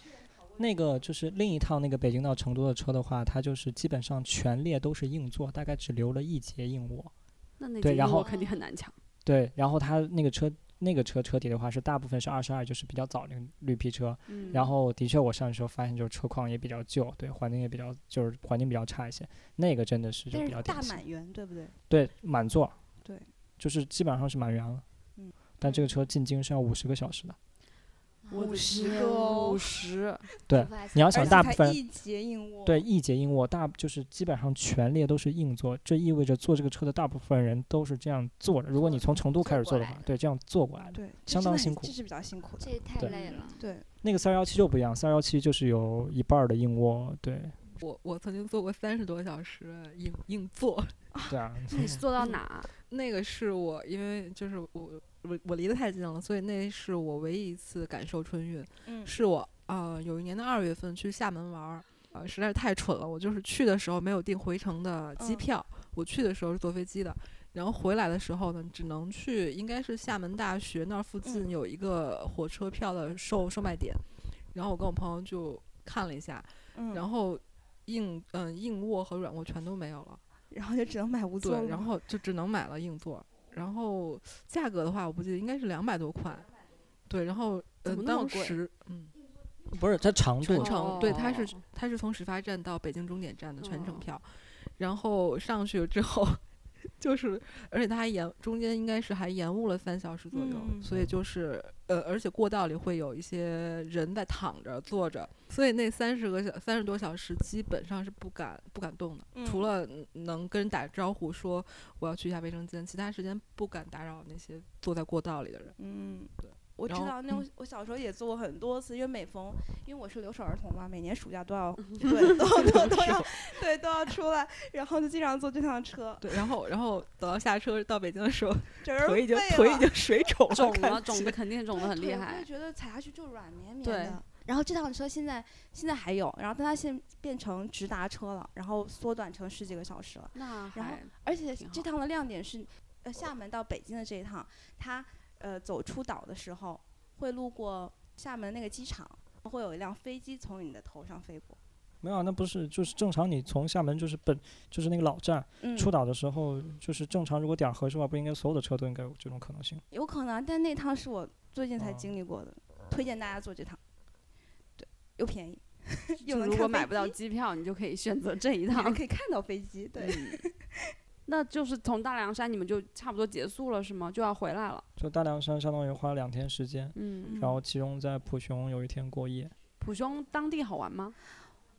Speaker 3: 那个就是另一趟那个北京到成都的车的话，它就是基本上全列都是硬座，大概只留了一节硬卧。
Speaker 2: 那那
Speaker 3: 对
Speaker 2: 节
Speaker 3: 然
Speaker 2: 目我
Speaker 3: 后
Speaker 2: 肯定很难
Speaker 4: 哦
Speaker 2: 抢。
Speaker 3: 对，然后它那个车那个车车底的话是大部分是二十二，就是比较早那个绿皮车。
Speaker 2: 嗯，
Speaker 3: 然后的确我上的时候发现就是车况也比较旧，对，环境也比较就是环境比较差一些。那个真的是就
Speaker 4: 但
Speaker 3: 比
Speaker 4: 是
Speaker 3: 较
Speaker 4: 大
Speaker 3: 典型，
Speaker 4: 满员，对不对？
Speaker 3: 对，满座，
Speaker 4: 对，
Speaker 3: 就是基本上是满员了。
Speaker 4: 嗯，
Speaker 3: 但这个车进京是要五十个小时的。
Speaker 2: 我的
Speaker 4: 50
Speaker 2: 天
Speaker 4: 个哦
Speaker 2: 五十，
Speaker 3: 对
Speaker 5: 无法
Speaker 3: 你要
Speaker 4: 而
Speaker 3: 想
Speaker 4: 且
Speaker 3: 大部
Speaker 4: 才
Speaker 3: 分
Speaker 4: 一节硬卧，
Speaker 3: 对，一节硬卧，大就是基本上全列都是硬座，这意味着坐这个车的大部分人都是这样坐着。如果你从成都
Speaker 5: 坐
Speaker 3: 开始
Speaker 5: 过
Speaker 3: 坐的
Speaker 5: 来
Speaker 3: 话
Speaker 5: 的，
Speaker 3: 对，这样坐过来的。
Speaker 4: 对，这
Speaker 3: 相
Speaker 4: 真
Speaker 3: 当
Speaker 4: 的很
Speaker 3: 辛苦
Speaker 4: 这是比较辛苦的。
Speaker 5: 这太
Speaker 3: 对
Speaker 5: 累了。
Speaker 4: 对，
Speaker 3: 那个三幺七就不一样，三幺七就是有一半儿的硬卧，对
Speaker 6: 我我曾经坐过三十多个小时硬硬座，
Speaker 3: 对啊，
Speaker 2: 你是坐到
Speaker 4: (laughs)
Speaker 6: 嗯
Speaker 2: 哪？
Speaker 6: 那个是我因为就是我我我离得太近了，所以那是我唯一一次感受春运。
Speaker 4: 嗯，
Speaker 6: 是我啊、呃有一年的二月份去厦门玩儿，呃，实在是太蠢了。我就是去的时候没有订回程的机
Speaker 4: 嗯
Speaker 6: 票，我去的时候是坐飞机的，然后回来的时候呢，只能去应该是厦门大学那儿附近
Speaker 4: 嗯
Speaker 6: 有一个火车票的售售卖点，然后我跟我朋友就看了一下，
Speaker 4: 嗯，
Speaker 6: 然后硬嗯、硬卧和软卧全都没有了。
Speaker 4: 然后就只能买无座
Speaker 6: 对，
Speaker 4: 了，
Speaker 6: 然后就只能买了硬座，然后价格的话，我不记得应该是两百多块，对，然后
Speaker 2: 怎
Speaker 6: 呃
Speaker 2: 么那么
Speaker 6: 当
Speaker 2: 贵
Speaker 6: 时嗯，
Speaker 3: 不是它长
Speaker 6: 全
Speaker 3: 度
Speaker 6: 程，对，它是
Speaker 2: 哦
Speaker 6: 它是从始发站到北京终点站的全程
Speaker 2: 哦
Speaker 6: 票，然后上去之后 (laughs) 就是，而且它还延中间应该是还延误了三小时左右，
Speaker 4: 嗯
Speaker 6: 所以就是呃，而且过道里会有一些人在躺着坐着，所以那三十个小三十多小时基本上是不敢不敢动的，除
Speaker 4: 嗯
Speaker 6: 了嗯能跟人打招呼说我要去一下卫生间，其他时间不敢打扰那些坐在过道里的人。
Speaker 4: 嗯，我知
Speaker 6: 然后嗯
Speaker 4: 道，那我我小时候也做过很多次，因为每逢因为我是留守儿童嘛，每年暑假都要
Speaker 6: 嗯
Speaker 4: 对
Speaker 6: (laughs)
Speaker 4: 都都都要 (laughs) 对都要出来，然后就经常坐这趟车，
Speaker 6: 对，然后然后等到下车到北京的时候，
Speaker 4: 整个人
Speaker 6: 腿已经
Speaker 4: 废
Speaker 6: 腿
Speaker 4: 了
Speaker 6: 已经水肿了，
Speaker 2: 肿
Speaker 6: 感
Speaker 2: 了，肿
Speaker 6: 觉
Speaker 2: 的肯定肿的很厉
Speaker 4: 对我
Speaker 2: 害
Speaker 4: (laughs) 就。觉得踩下去就软绵绵
Speaker 2: 对
Speaker 4: 的。然后这趟车现在现在还有，然后但它现变成直达车了，然后缩短成十几个小时了。
Speaker 2: 那
Speaker 4: 然后
Speaker 2: 还
Speaker 4: 而且
Speaker 2: 挺
Speaker 4: 这
Speaker 2: 好
Speaker 4: 趟的亮点是，呃，厦门到北京的这一趟，它呃走出岛的时候会路过厦门那个机场，会有一辆飞机从你的头上飞过。
Speaker 3: (laughs) 没有啊，那不是就是正常你从厦门就是本就是那个老站
Speaker 4: 嗯，
Speaker 3: 出岛的时候，就是正常如果点儿合适的话，不应该所有的车都应该有这种可能性。
Speaker 4: 有可能，但那趟是我最近才
Speaker 3: 哦
Speaker 4: 经历过的，推荐大家坐这趟，对，又
Speaker 2: (laughs)
Speaker 4: 便宜，又
Speaker 2: 就
Speaker 4: 能
Speaker 2: 如果
Speaker 4: 看飞
Speaker 2: 买不到
Speaker 4: 机
Speaker 2: 机票，你就可以选择这一
Speaker 4: 还
Speaker 2: 趟。嗯
Speaker 4: 可以看到飞机， (laughs) 对。
Speaker 2: (laughs) 那就是从大凉山你们就差不多结束了是吗？就要回来了。
Speaker 3: 就大凉山相当于花了两天时间，
Speaker 2: 嗯，
Speaker 3: 然后其中在普雄有一天过夜，
Speaker 2: 普兄当地好玩吗？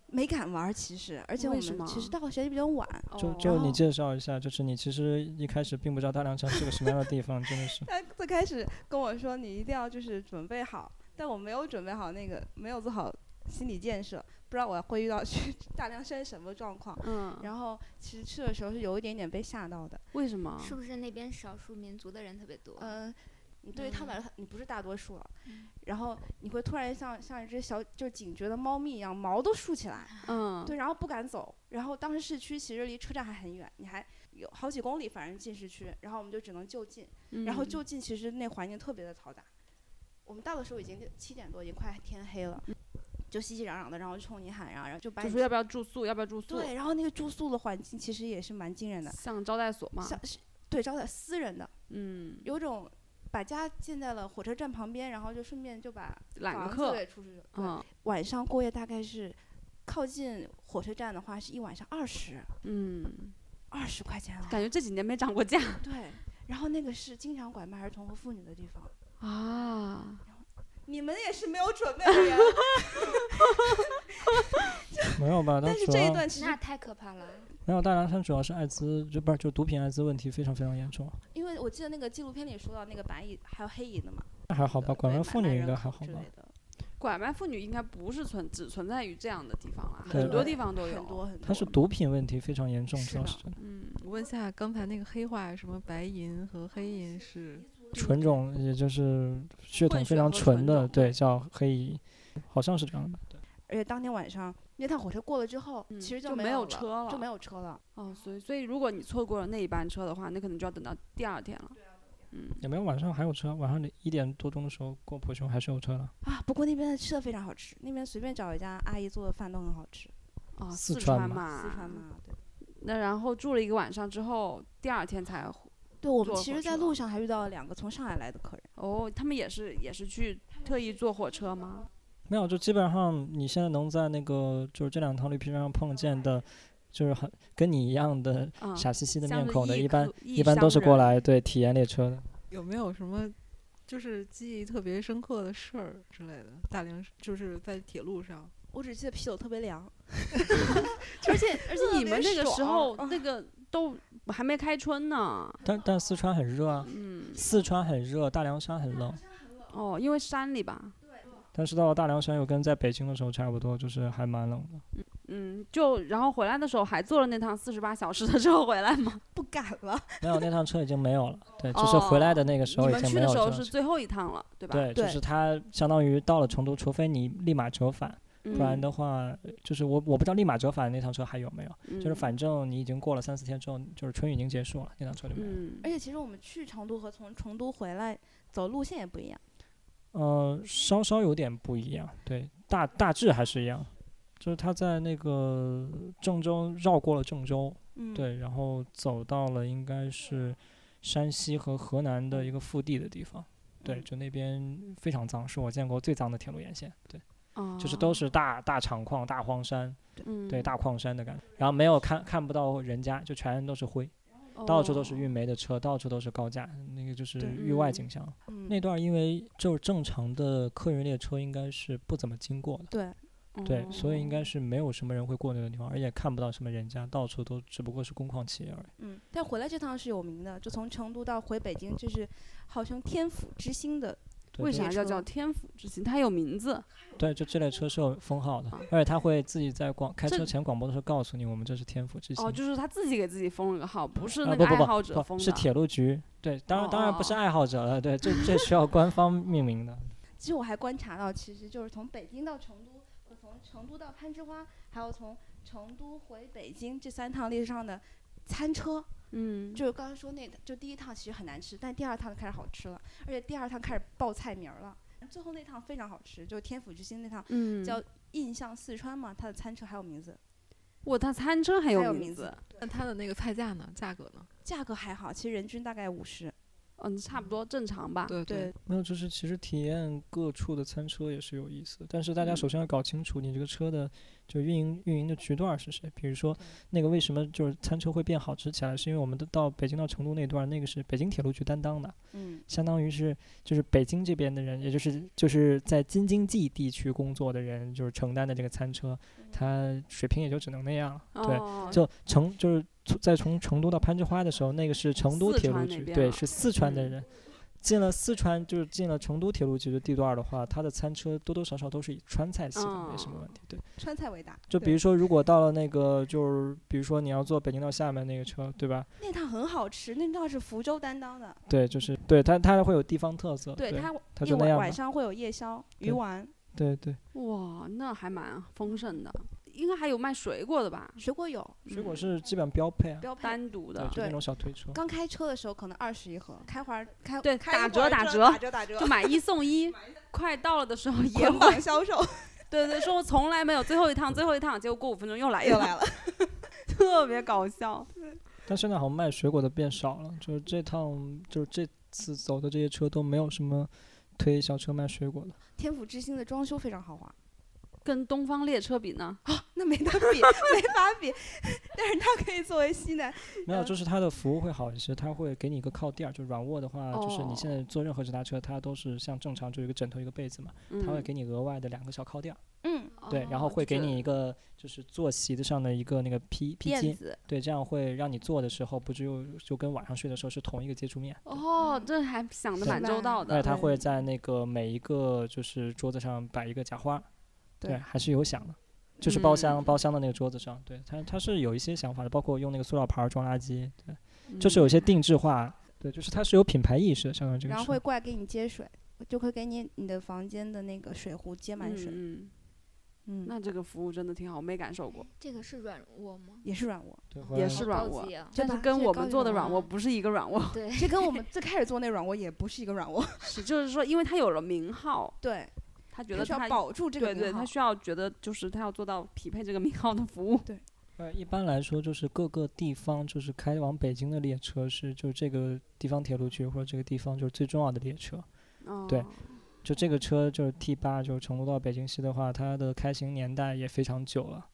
Speaker 4: 没敢玩儿，其实，而且我
Speaker 2: 为什
Speaker 4: 们其实
Speaker 2: 么
Speaker 4: 到学的比较晚，
Speaker 3: 就
Speaker 2: 哦
Speaker 3: 就
Speaker 4: 然后
Speaker 3: 你介绍一下，就是你其实一开始并不知道大凉山是个什么样的地方，真的是
Speaker 4: 他最开始跟我说你一定要就是准备好，但我没有准备好那个，没有做好心理建设，不知道我会遇到 (laughs) 去大凉山什么状况。
Speaker 2: 嗯，
Speaker 4: 然后其实去的时候是有一点点被吓到的，
Speaker 2: 为什么？
Speaker 5: 是不是那边少数民族的人特别多？
Speaker 4: 嗯，你对于他们
Speaker 5: 嗯
Speaker 4: 来说，你不是大多数了，然后你会突然像像一只小就是警觉的猫咪一样，毛都竖起来，
Speaker 2: 嗯，
Speaker 4: 对，然后不敢走。然后当时市区其实离车站还很远，你还有好几公里，反正进市区，然后我们就只能就近。
Speaker 2: 嗯，
Speaker 4: 然后就近其实那环境特别的嘈杂。我们到的时候已经六七点多，已经快天黑了，就熙熙攘攘的，然后冲你喊呀，然后就把
Speaker 2: 嗯就
Speaker 4: 你
Speaker 2: 说要不要住宿？要不要住宿？
Speaker 4: 对，然后那个住宿的环境其实也是蛮惊人的，
Speaker 2: 像招待所嘛。
Speaker 4: 像是对招待私人的，
Speaker 2: 嗯，
Speaker 4: 有种把家建在了火车站旁边，然后就顺便就把
Speaker 2: 揽
Speaker 4: 房
Speaker 2: 个
Speaker 4: 子
Speaker 2: 客。
Speaker 4: 给出去了。对，
Speaker 2: 嗯
Speaker 4: 晚上过夜大概是靠近火车站的话是一晚上二十
Speaker 2: 嗯，
Speaker 4: 二十块钱啊，
Speaker 2: 感觉这几年没涨过价
Speaker 4: 对。然后那个是经常拐卖儿童和妇女的地方，
Speaker 2: 啊。
Speaker 4: 你们也是没有准备的呀。
Speaker 3: 没有吧？它
Speaker 4: 但是
Speaker 3: 主
Speaker 4: 这一
Speaker 3: 要
Speaker 4: 段其
Speaker 5: 那
Speaker 4: 实，
Speaker 5: 太可怕了。
Speaker 3: 没有大凉山主要是艾滋，就不是就毒品艾滋问题非常非常严重。
Speaker 4: 因为我记得那个纪录片里说到那个白蚁还有黑蚁的嘛，
Speaker 3: 那还好吧，
Speaker 4: 呃对
Speaker 3: 拐卖
Speaker 4: 买
Speaker 3: 妇
Speaker 4: 卖
Speaker 3: 女应
Speaker 4: 人
Speaker 3: 该
Speaker 4: 口
Speaker 3: 还好
Speaker 4: 之
Speaker 3: 吧
Speaker 4: 类？的
Speaker 2: 拐卖妇女应该不是存只存在于这样的地方啦，
Speaker 3: 对
Speaker 2: 很多地方都有。
Speaker 4: 很多很多。
Speaker 3: 它是毒品问题非常严重，主
Speaker 4: 嗯是
Speaker 3: 要
Speaker 4: 的
Speaker 3: 是真的
Speaker 2: 嗯，
Speaker 6: 我问一下，刚才那个黑化什么白银和黑银是
Speaker 3: 纯种，
Speaker 4: 嗯
Speaker 3: 也就是血统
Speaker 2: 混
Speaker 3: 非
Speaker 2: 血和
Speaker 3: 常纯
Speaker 2: 纯
Speaker 3: 的，
Speaker 2: 种
Speaker 3: 对，叫黑蚁，好像是这样的。
Speaker 4: 而且当天晚上那趟火车过了之后，
Speaker 2: 嗯
Speaker 4: 其实
Speaker 2: 就
Speaker 4: 没
Speaker 2: 没有
Speaker 4: 了
Speaker 2: 车
Speaker 4: 就
Speaker 2: 了
Speaker 4: 没有车了。
Speaker 2: 哦，所以所以如果你错过了那一班车的话，那可能就要等到第二天了。嗯，
Speaker 3: 也没有晚上还有车，晚上一点多钟的时候过普雄还是有车的。
Speaker 4: 啊，不过那边的吃的非常好吃，那边随便找一家阿姨做的饭都很好吃。
Speaker 2: 哦，
Speaker 3: 四川
Speaker 2: 川
Speaker 3: 嘛
Speaker 2: 嘛，
Speaker 4: 四川。嘛，对。
Speaker 2: 那然后住了一个晚上之后，第二天才回
Speaker 4: 对，我
Speaker 2: 坐
Speaker 4: 们其
Speaker 2: 火
Speaker 4: 实，在
Speaker 2: 车
Speaker 4: 路上还遇到了两个从上海来的客人。
Speaker 2: 哦，他们也是也是去特意坐火车吗？
Speaker 3: 没有，就基本上你现在能在那个就是这两趟绿皮上碰见的，就是很跟你一样的
Speaker 2: 嗯，
Speaker 3: 傻兮兮的
Speaker 2: 像
Speaker 3: 面
Speaker 2: 是
Speaker 3: 孔的，
Speaker 2: 异
Speaker 3: 一般
Speaker 2: 客
Speaker 3: 一般都是过。
Speaker 2: 异乡人
Speaker 3: 来对体验列车的。
Speaker 6: 有没有什么就是记忆特别深刻的事儿之类的？大龄就是在铁路上，
Speaker 4: 我只记得啤酒特
Speaker 2: (laughs)
Speaker 4: 别凉，
Speaker 2: 而且而且
Speaker 4: 特
Speaker 2: 你们
Speaker 4: 别
Speaker 2: 那个时
Speaker 4: 爽
Speaker 2: 候
Speaker 4: 啊
Speaker 2: 哦那个都还没开春呢。
Speaker 3: 但但四川很热啊，
Speaker 2: 嗯，
Speaker 3: 四川很热，大凉山很冷。
Speaker 2: 哦，因为山里吧，
Speaker 3: 但是到了大凉山又跟在北京的时候差不多，就是还蛮冷的。
Speaker 2: 嗯，就然后回来的时候还坐了那趟四十八小时的车回来吗？
Speaker 4: 不敢了。
Speaker 3: 没有那趟车已经没有了，对，就是回来的那个时
Speaker 2: 哦你
Speaker 3: 候
Speaker 2: 们
Speaker 3: 已经
Speaker 2: 去
Speaker 3: 没
Speaker 2: 的
Speaker 3: 有
Speaker 2: 时候是
Speaker 3: 这辆车。
Speaker 2: 最后一趟了，对吧？
Speaker 3: 对，就
Speaker 4: 对
Speaker 3: 是它相当于到了成都，除非你立马折返，
Speaker 2: 嗯，
Speaker 3: 不然的话，就是我我不知道立马折返那趟车还有没有。
Speaker 2: 嗯
Speaker 3: 就是反正你已经过了三四天之后，就是春雨已经结束了，那趟车就没有。
Speaker 2: 嗯，
Speaker 4: 而且其实我们去成都和从成都回来走路线也不一样。
Speaker 3: 呃，稍稍有点不一样，对，大大致还是一样。就是他在那个郑州绕过了郑州，
Speaker 4: 嗯，，
Speaker 3: 对，然后走到了应该是山西和河南的一个腹地的地方，对，
Speaker 4: 嗯
Speaker 3: 就那边非常脏，是我见过最脏的铁路沿线。对，
Speaker 2: 哦
Speaker 3: 就是都是大大厂矿、大荒山，
Speaker 2: 嗯
Speaker 3: 对，大矿山的感觉。然后没有看看不到人家，就全都是灰，到处都是
Speaker 2: 哦
Speaker 3: 运煤的车，到处都是高架，那个就是
Speaker 2: 对
Speaker 3: 域
Speaker 2: 嗯
Speaker 3: 外景象。
Speaker 4: 嗯，
Speaker 3: 那段因为就是正常的客运列车应该是不怎么经过的，
Speaker 4: 对，
Speaker 3: 对，所以应该
Speaker 2: 哦
Speaker 3: 是没有什么人会过那个地方，而且看不到什么人家，到处都只不过是工矿企业而已。
Speaker 4: 嗯，但回来这趟是有名的，就从成都到回北京，这是号称天府之星的，
Speaker 3: 对
Speaker 2: 为
Speaker 3: 这
Speaker 2: 啥要叫
Speaker 4: 车
Speaker 2: 天府之星？它有名字，
Speaker 3: 对，就这类车是有封号的
Speaker 2: 啊，
Speaker 3: 而且他会自己在广开
Speaker 2: 这
Speaker 3: 车前广播的时候告诉你，我们这是天府之星。
Speaker 2: 哦，就是他自己给自己封了个号，不是
Speaker 3: 啊
Speaker 2: 那
Speaker 3: 不
Speaker 2: 个
Speaker 3: 不
Speaker 2: 爱好
Speaker 3: 不
Speaker 2: 者
Speaker 3: 不
Speaker 2: 封的。
Speaker 3: 是铁路局。对，当然当然不是
Speaker 2: 哦哦
Speaker 3: 爱好者了，对，这这需要官方命名的。
Speaker 4: 其实我还观察到，其实就是从北京到成都，和从成都到攀枝花，还有从成都回北京这三趟列车上的餐车，
Speaker 2: 嗯，
Speaker 4: 就是刚才说那，就第一趟其实很难吃，但第二趟开始好吃了，而且第二趟开始报菜名儿了。最后那趟非常好吃，就是天府之星那趟，
Speaker 2: 嗯
Speaker 4: 叫印象四川嘛，它的餐车还有名字，
Speaker 2: 哇，他餐车还
Speaker 4: 还有
Speaker 2: 有
Speaker 4: 名
Speaker 2: 名
Speaker 4: 字
Speaker 2: 字，
Speaker 6: 那它的那个菜价呢？价格呢？
Speaker 4: 价格还好，其实人均大概五十。
Speaker 2: 嗯，差不多正常吧。
Speaker 6: 对
Speaker 4: 对，
Speaker 3: 没有，就是其实体验各处的餐车也是有意思的，但是大家首先要搞清楚你这个车的就运营运营的渠段是谁。比如说那个为什么就是餐车会变好吃起来，是因为我们的到北京到成都那段，那个是北京铁路局担当的，
Speaker 4: 嗯
Speaker 3: 相当于是就是北京这边的人，也就是就是在京津冀地区工作的人，就是承担的这个餐车，他水平也就只能那样了。对，
Speaker 2: 哦、
Speaker 3: 就成就是从在从成都到攀枝花的时候，那个是成都
Speaker 2: 四
Speaker 3: 铁路
Speaker 2: 川那
Speaker 3: 局，
Speaker 2: 边
Speaker 3: 对，
Speaker 2: 啊
Speaker 3: 是四川的
Speaker 2: 嗯
Speaker 3: 人。进了四川，就是进了成都铁路局的地段的话，它的餐车多多少少都是以川菜系的，没什么
Speaker 2: 哦
Speaker 3: 问题。对，
Speaker 4: 川菜为大。
Speaker 3: 就
Speaker 4: 对
Speaker 3: 比如说，如果到了那个，就是比如说你要坐北京到厦门那个车，对吧？
Speaker 4: 那趟很好吃，那趟是福州担当的，
Speaker 3: 对，就是对它，它会有地方特色。对
Speaker 4: 对它
Speaker 3: 它
Speaker 4: 夜
Speaker 3: 就那
Speaker 4: 晚
Speaker 3: 样吧
Speaker 4: 晚。上会有夜宵、鱼
Speaker 3: 对
Speaker 4: 丸、
Speaker 3: 对对，
Speaker 2: 哇，那还蛮丰盛的，应该还有卖水果的吧？
Speaker 4: 水果有
Speaker 3: 水果
Speaker 2: 嗯
Speaker 3: 是基本标配啊，
Speaker 4: 标配。
Speaker 2: 单独
Speaker 3: 对
Speaker 2: 的，，
Speaker 3: 就那
Speaker 4: 对
Speaker 3: 种小推车。
Speaker 4: 刚开车的时候可能二十一盒，开会儿开
Speaker 2: 对
Speaker 4: 开
Speaker 2: 打
Speaker 4: 一会儿
Speaker 2: 折打
Speaker 4: 这
Speaker 2: 折 (laughs)
Speaker 4: 打折打折，
Speaker 2: 就买一送一。快到了的时 (laughs) 候也
Speaker 4: 捆
Speaker 2: 会，
Speaker 4: 绑销 (laughs) 售
Speaker 2: 对对，说我从来没有最后一趟，最后一趟，结果过五分钟又来一
Speaker 4: 又
Speaker 2: 趟，
Speaker 4: 哎来了。
Speaker 2: 特别搞笑。
Speaker 3: 但现在好像卖水果的变少了，就是这趟就是这次走的这些车都没有什么推小车卖水果的。
Speaker 4: 天府之星的装修非常豪华，
Speaker 2: 跟东方列车比呢？
Speaker 4: 那没得比，没法比。 (laughs) 但是它可以作为西南，
Speaker 3: 没有，
Speaker 4: 呃
Speaker 3: 就是它的服务会好一些，它会给你一个靠垫儿，就软卧的话，就是
Speaker 2: 哦
Speaker 3: 你现在坐任何直达车，它都是像正常就一个枕头一个被子嘛，
Speaker 2: 嗯、
Speaker 3: 它会给你额外的两个小靠垫儿，
Speaker 4: 嗯，
Speaker 3: 对，然后
Speaker 2: 哦
Speaker 3: 会
Speaker 2: 就
Speaker 3: 给
Speaker 2: 是
Speaker 3: 你一个就是坐席子上的一个那个披披
Speaker 4: 辫
Speaker 3: 巾，
Speaker 4: 子
Speaker 3: 对，这样会让你坐的时候不只有就跟晚上睡的时候是同一个接触面，
Speaker 2: 哦，这还想的
Speaker 3: 对
Speaker 2: 蛮周到
Speaker 3: 而且
Speaker 2: 的。嗯
Speaker 3: 它会在那个每一个就是桌子上摆一个假花，对，
Speaker 4: 对
Speaker 3: 还是有想的。就是包厢、
Speaker 2: 嗯
Speaker 3: 包厢的那个桌子上，对它它是有一些想法的，包括用那个塑料盘儿装垃圾，对，
Speaker 2: 嗯
Speaker 3: 就是有一些定制化，对，就是它是有品牌意识的，相当于这个
Speaker 4: 然
Speaker 3: 是。
Speaker 4: 后会过来给你接水，就会给你你的房间的那个水壶接满水。
Speaker 2: 嗯，嗯
Speaker 4: 嗯，
Speaker 2: 那这个服务真的挺好，我没感受过，
Speaker 5: 哎这个是软卧吗？
Speaker 4: 也是软卧， (laughs)
Speaker 3: 对
Speaker 2: 也
Speaker 3: 会
Speaker 2: 是
Speaker 5: 好
Speaker 2: 软
Speaker 5: 高
Speaker 2: 卧
Speaker 5: 级啊
Speaker 2: 但
Speaker 4: 对
Speaker 2: 是
Speaker 4: 吧
Speaker 2: 跟
Speaker 5: 这
Speaker 2: 我
Speaker 5: 高
Speaker 2: 们
Speaker 5: 级
Speaker 2: 做的
Speaker 5: 软
Speaker 2: 软卧
Speaker 5: 卧
Speaker 2: 不是一个软
Speaker 3: (laughs)
Speaker 2: 卧，
Speaker 5: 对，
Speaker 4: 这跟我们最开始做那软卧也不是一个软卧。
Speaker 2: 是就是说，因为他有了名号，
Speaker 4: 对，
Speaker 2: 他觉
Speaker 4: 它
Speaker 2: 得
Speaker 4: 需要
Speaker 2: 他
Speaker 4: 保住这个
Speaker 2: 对
Speaker 4: 名
Speaker 2: 对，
Speaker 4: 号
Speaker 2: 他。需要觉得就是他要做到匹配这个名号的服务。
Speaker 3: 呃，一般来说就是各个地方就是开往北京的列车是就是这个地方铁路局或者这个地方就是最重要的列车。
Speaker 2: 哦、
Speaker 3: 对就这个车就是 T 八，就是成都到北京西的话，它的开行年代也非常久了。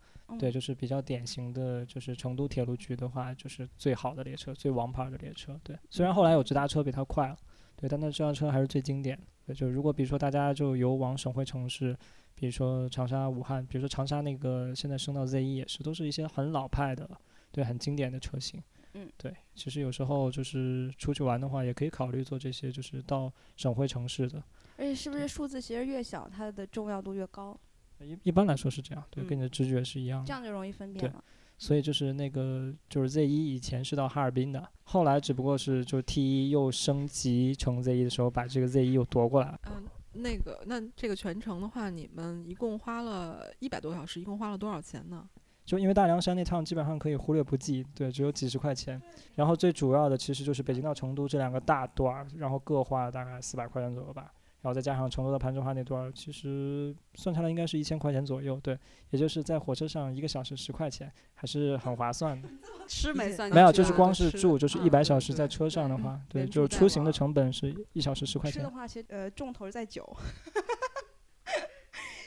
Speaker 3: 对，
Speaker 4: 嗯
Speaker 3: 就是比较典型的，就是成都铁路局的话，就是最好的列车，最王牌儿的列车。对，虽然后来有直达车比它快了，对，但那直达车还是最经典的。对，就如果比如说大家就游往省会城市，比如说长沙、武汉，比如说长沙那个现在升到 Z 一也是，都是一些很老派的，对，很经典的车型。
Speaker 4: 嗯，
Speaker 3: 对，其实有时候就是出去玩的话，也可以考虑做这些，就是到省会城市的。
Speaker 4: 而且是不
Speaker 3: 对
Speaker 4: 是数字其实越小，它的重要度越高，
Speaker 3: 一一般来说是这样，对，跟
Speaker 4: 嗯
Speaker 3: 你的直觉是一样的。
Speaker 4: 这样就容易分
Speaker 3: 对
Speaker 4: 辨了。
Speaker 3: 所以就是那个就是 Z 一以前是到哈尔滨的，后来只不过是就是 T 一又升级成 Z 一的时候，把这个 Z 一又夺过来了。
Speaker 6: 嗯，那个，那这个全程的话，你们一共花了一百多小时，一共花了多少钱呢？
Speaker 3: 就因为大凉山那趟基本上可以忽略不计，对，只有几十块钱。然后最主要的其实就是北京到成都这两个大段儿，然后各花了大概四百块钱左右吧。然后再加上成都到攀枝花那段儿，其实算下来应该是一千块钱左右，对，也就是在火车上一个小时十块钱，还是很划算的。
Speaker 2: 吃没算进去啊，
Speaker 3: 没有，就是
Speaker 6: 对
Speaker 3: 光
Speaker 6: 对
Speaker 3: 是
Speaker 6: 吃的
Speaker 3: 住，就是
Speaker 2: 啊
Speaker 3: 一百
Speaker 6: 对
Speaker 3: 小时在
Speaker 6: 对
Speaker 3: 车上的话，对，
Speaker 6: 连
Speaker 3: 就
Speaker 6: 住
Speaker 3: 是
Speaker 6: 带
Speaker 3: 出行的
Speaker 6: 玩
Speaker 3: 成本是一小时十块
Speaker 4: 吃
Speaker 3: 钱
Speaker 4: (laughs) 的。话，其实呃重头是在酒，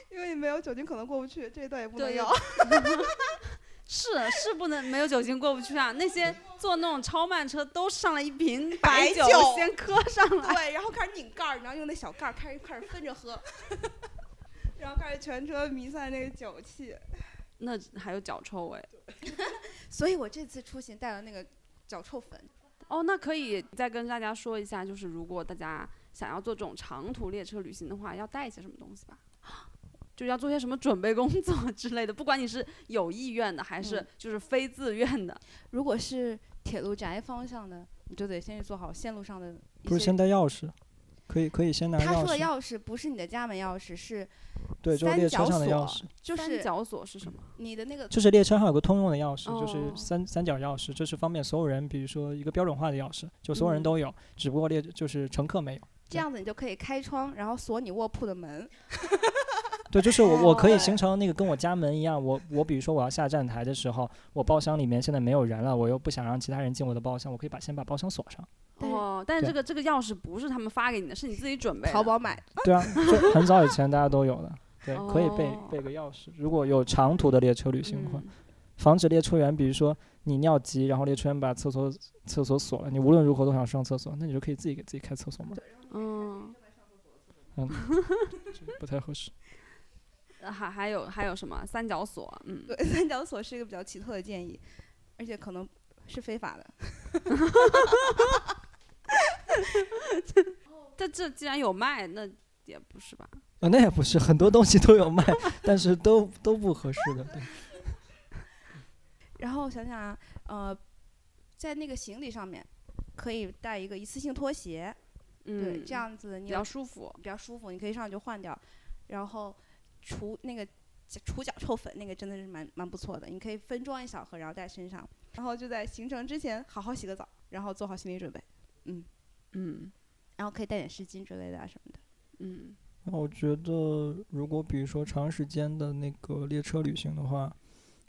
Speaker 4: 因为没有酒精可能过不去，这一段也不能
Speaker 2: 对
Speaker 4: 要。
Speaker 2: 是是不能没有酒精过不去啊！那些坐那种超慢车都上来一瓶白
Speaker 4: 白酒
Speaker 2: 先磕上
Speaker 4: (laughs)
Speaker 2: 来，
Speaker 4: 对，然后开始拧盖儿，然后用那小盖儿开始开始分着喝， (laughs) 然后开始全车弥散那个酒气。
Speaker 2: 那还有脚臭哎。
Speaker 4: 所以我这次出行带了那个脚臭粉，
Speaker 2: 哦，那可以再跟大家说一下，就是如果大家想要做这种长途列车旅行的话，要带一些什么东西吧？就要做些什么准备工作之类的，不管你是有意愿的还是
Speaker 4: 嗯
Speaker 2: 就是非自愿的，
Speaker 4: 如果是铁路宅方向的，你就得先去做好线路上的一
Speaker 3: 不是
Speaker 4: 些
Speaker 3: 先带钥匙，可以可以先拿
Speaker 4: 他
Speaker 3: 钥
Speaker 4: 说的
Speaker 3: 匙，
Speaker 4: 钥匙不是你的家门钥匙，是
Speaker 3: 对，就是
Speaker 4: 三
Speaker 3: 列车
Speaker 4: 角
Speaker 3: 上的钥
Speaker 4: 锁
Speaker 3: 匙，
Speaker 4: 就
Speaker 2: 三
Speaker 4: 是
Speaker 2: 角锁是什么？
Speaker 4: 你的那个
Speaker 3: 就是列车上有个通用的钥匙，就是
Speaker 2: 哦
Speaker 3: 三三角钥匙，这是方便所有人，比如说一个标准化的钥匙，就所有人
Speaker 2: 嗯
Speaker 3: 都有，只不过列就是乘客没有。
Speaker 4: 这样子，你就可以开窗，然后锁你卧铺的门。
Speaker 3: 对，就是我，我可以
Speaker 4: 哦
Speaker 3: 形成那个跟我家门一样，我我比如说我要下站台的时候，我包厢里面现在没有人了，我又不想让其他人进我的包厢，我可以把先把包厢锁上。
Speaker 4: 但是
Speaker 2: 哦，但是
Speaker 3: 对
Speaker 2: 这个这个钥匙不是他们发给你的，是你自己准备的。
Speaker 4: 淘宝买 (laughs) 的，
Speaker 3: (laughs) 对啊，就很早以前大家都有的，对，可以备
Speaker 2: 哦
Speaker 3: 备个钥匙。如果有长途的列车旅行的话，
Speaker 2: 嗯，
Speaker 3: 防止列车员，比如说你尿急，然后列车员把厕所厕所锁了，你无论如何都想上厕所，那你就可以自己给自己开厕所门，
Speaker 2: 嗯，
Speaker 3: 这不太合适。
Speaker 2: 呃还还有还有什么三角锁？嗯，
Speaker 4: 对，三角锁是一个比较奇特的建议，而且可能是非法的。
Speaker 2: 这这既然有卖，那也不是吧？
Speaker 3: 啊，那也不是，很多东西都有卖， (laughs) 但是都都不合适的。对，
Speaker 4: 然后想想啊，呃，在那个行李上面可以带一个一次性拖鞋，
Speaker 2: 嗯，
Speaker 4: 对，这样子
Speaker 2: 比
Speaker 4: 你
Speaker 2: 较
Speaker 4: 要
Speaker 2: 舒服。
Speaker 4: 比较舒服，你可以上来就换掉。然后除那个除脚臭粉那个真的是蛮蛮不错的，你可以分装一小盒，然后带身上，然后就在行程之前好好洗个澡，然后做好心理准备，
Speaker 2: 嗯
Speaker 4: 然后可以带点湿巾之类的啊什么的。
Speaker 2: 嗯
Speaker 3: 那我觉得，如果比如说长时间的那个列车旅行的话，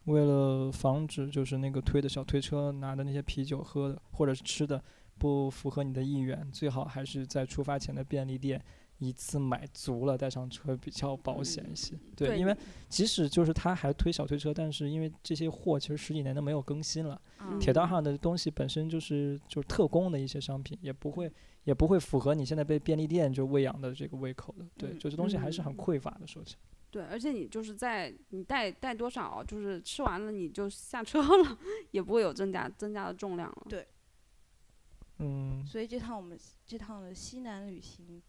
Speaker 3: 为了防止就是那个推的小推车拿的那些啤酒喝的或者是吃的不符合你的意愿，最好还是在出发前的便利店一次买足了带上车比较保险一些。对，因为即使就是他还推小推车，但是因为这些货其实十几年都没有更新了，
Speaker 4: 嗯
Speaker 3: 铁道上的东西本身就是就是特供的一些商品，也不会也不会符合你现在被便利店就喂养的这个胃口的。对，
Speaker 4: 嗯
Speaker 3: 就是东西还是很
Speaker 2: 嗯
Speaker 3: 匮乏的，说起来。
Speaker 2: 对，而且你就是在你带带多少，就是吃完了你就下车了， (laughs) 也不会有增加增加的重量了。
Speaker 4: 对
Speaker 3: 嗯，
Speaker 4: 所以这趟我们这趟的西南旅行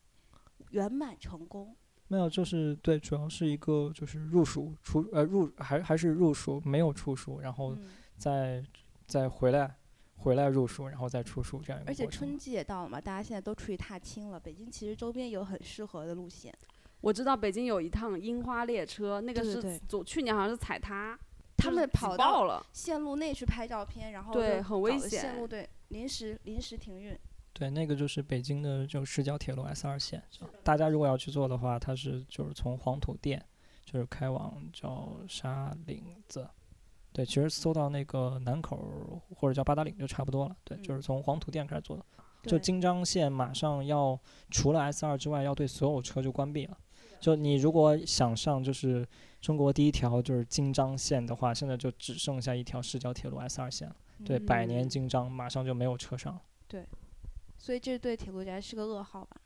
Speaker 4: 圆满成功。
Speaker 3: 没有，就是对，主要是一个就是入蜀出呃入还还是入蜀，没有出蜀，然后
Speaker 4: 嗯，
Speaker 3: 再、再回来回来入蜀，然后再出蜀这样一个
Speaker 4: 而
Speaker 3: 过程。
Speaker 4: 且春季也到了嘛，大家现在都出去踏青了。北京其实周边有很适合的路线，
Speaker 2: 我知道北京有一趟樱花列车，那个
Speaker 4: 对
Speaker 2: 是
Speaker 4: 对
Speaker 2: 昨去年好像是踩踏，
Speaker 4: 他
Speaker 2: 就是
Speaker 4: 们
Speaker 2: 挤
Speaker 4: 跑到
Speaker 2: 爆了。
Speaker 4: 线路内去拍照片，然后
Speaker 2: 对
Speaker 4: 就
Speaker 2: 很危
Speaker 4: 找的
Speaker 2: 险
Speaker 4: 线路对，临时临时停运。
Speaker 3: 对，那个就是北京的就市郊铁路 S 二线，这样大家如果要去做的话，它是就是从黄土店就是开往叫沙岭子，对，其实搜到那个南口儿或者叫八达岭就差不多了，对，就
Speaker 4: 嗯
Speaker 3: 是从黄土店开始做的。就
Speaker 4: 对
Speaker 3: 京张线马上要除了 S 二之外，要对所有车就关闭了。就你如果想上就是中国第一条就是京张线的话，现在就只剩下一条市郊铁路 S 二线了。对，百年
Speaker 2: 嗯
Speaker 3: 京张马上就没有车上了。
Speaker 4: 所以这对铁路宅是个噩耗吧？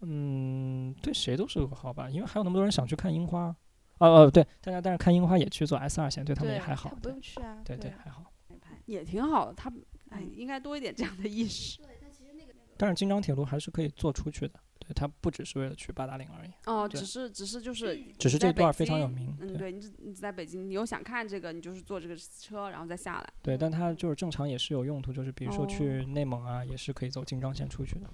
Speaker 3: 嗯，对谁都是噩耗吧，因为还有那么多人想去看樱花。哦哦，对，大家但是看樱花也去做 S 二线，对他们也还好。
Speaker 4: 不
Speaker 3: 对
Speaker 4: 用去啊。
Speaker 3: 对对，
Speaker 4: 啊
Speaker 3: 还好。
Speaker 2: 也挺好的，他哎
Speaker 4: 嗯
Speaker 2: 应该多一点这样的意识。
Speaker 5: 哦
Speaker 3: 但是京张铁路还是可以做出去的，对，它不只是为了去八达岭而已。
Speaker 2: (laughs) 哦，
Speaker 3: 对
Speaker 2: 只是只是就是
Speaker 3: 只是
Speaker 2: 在
Speaker 3: 这
Speaker 2: 北
Speaker 3: 段非常有
Speaker 2: 京
Speaker 3: 名
Speaker 2: 嗯，
Speaker 3: 对
Speaker 2: 对，你只你只在北京，你又想看这个，你就是坐这个车，然后再下来。
Speaker 3: 对，但它就是正常也是有用途，就是比如
Speaker 2: 哦
Speaker 3: 说去内蒙啊，也是可以走京张线出去的。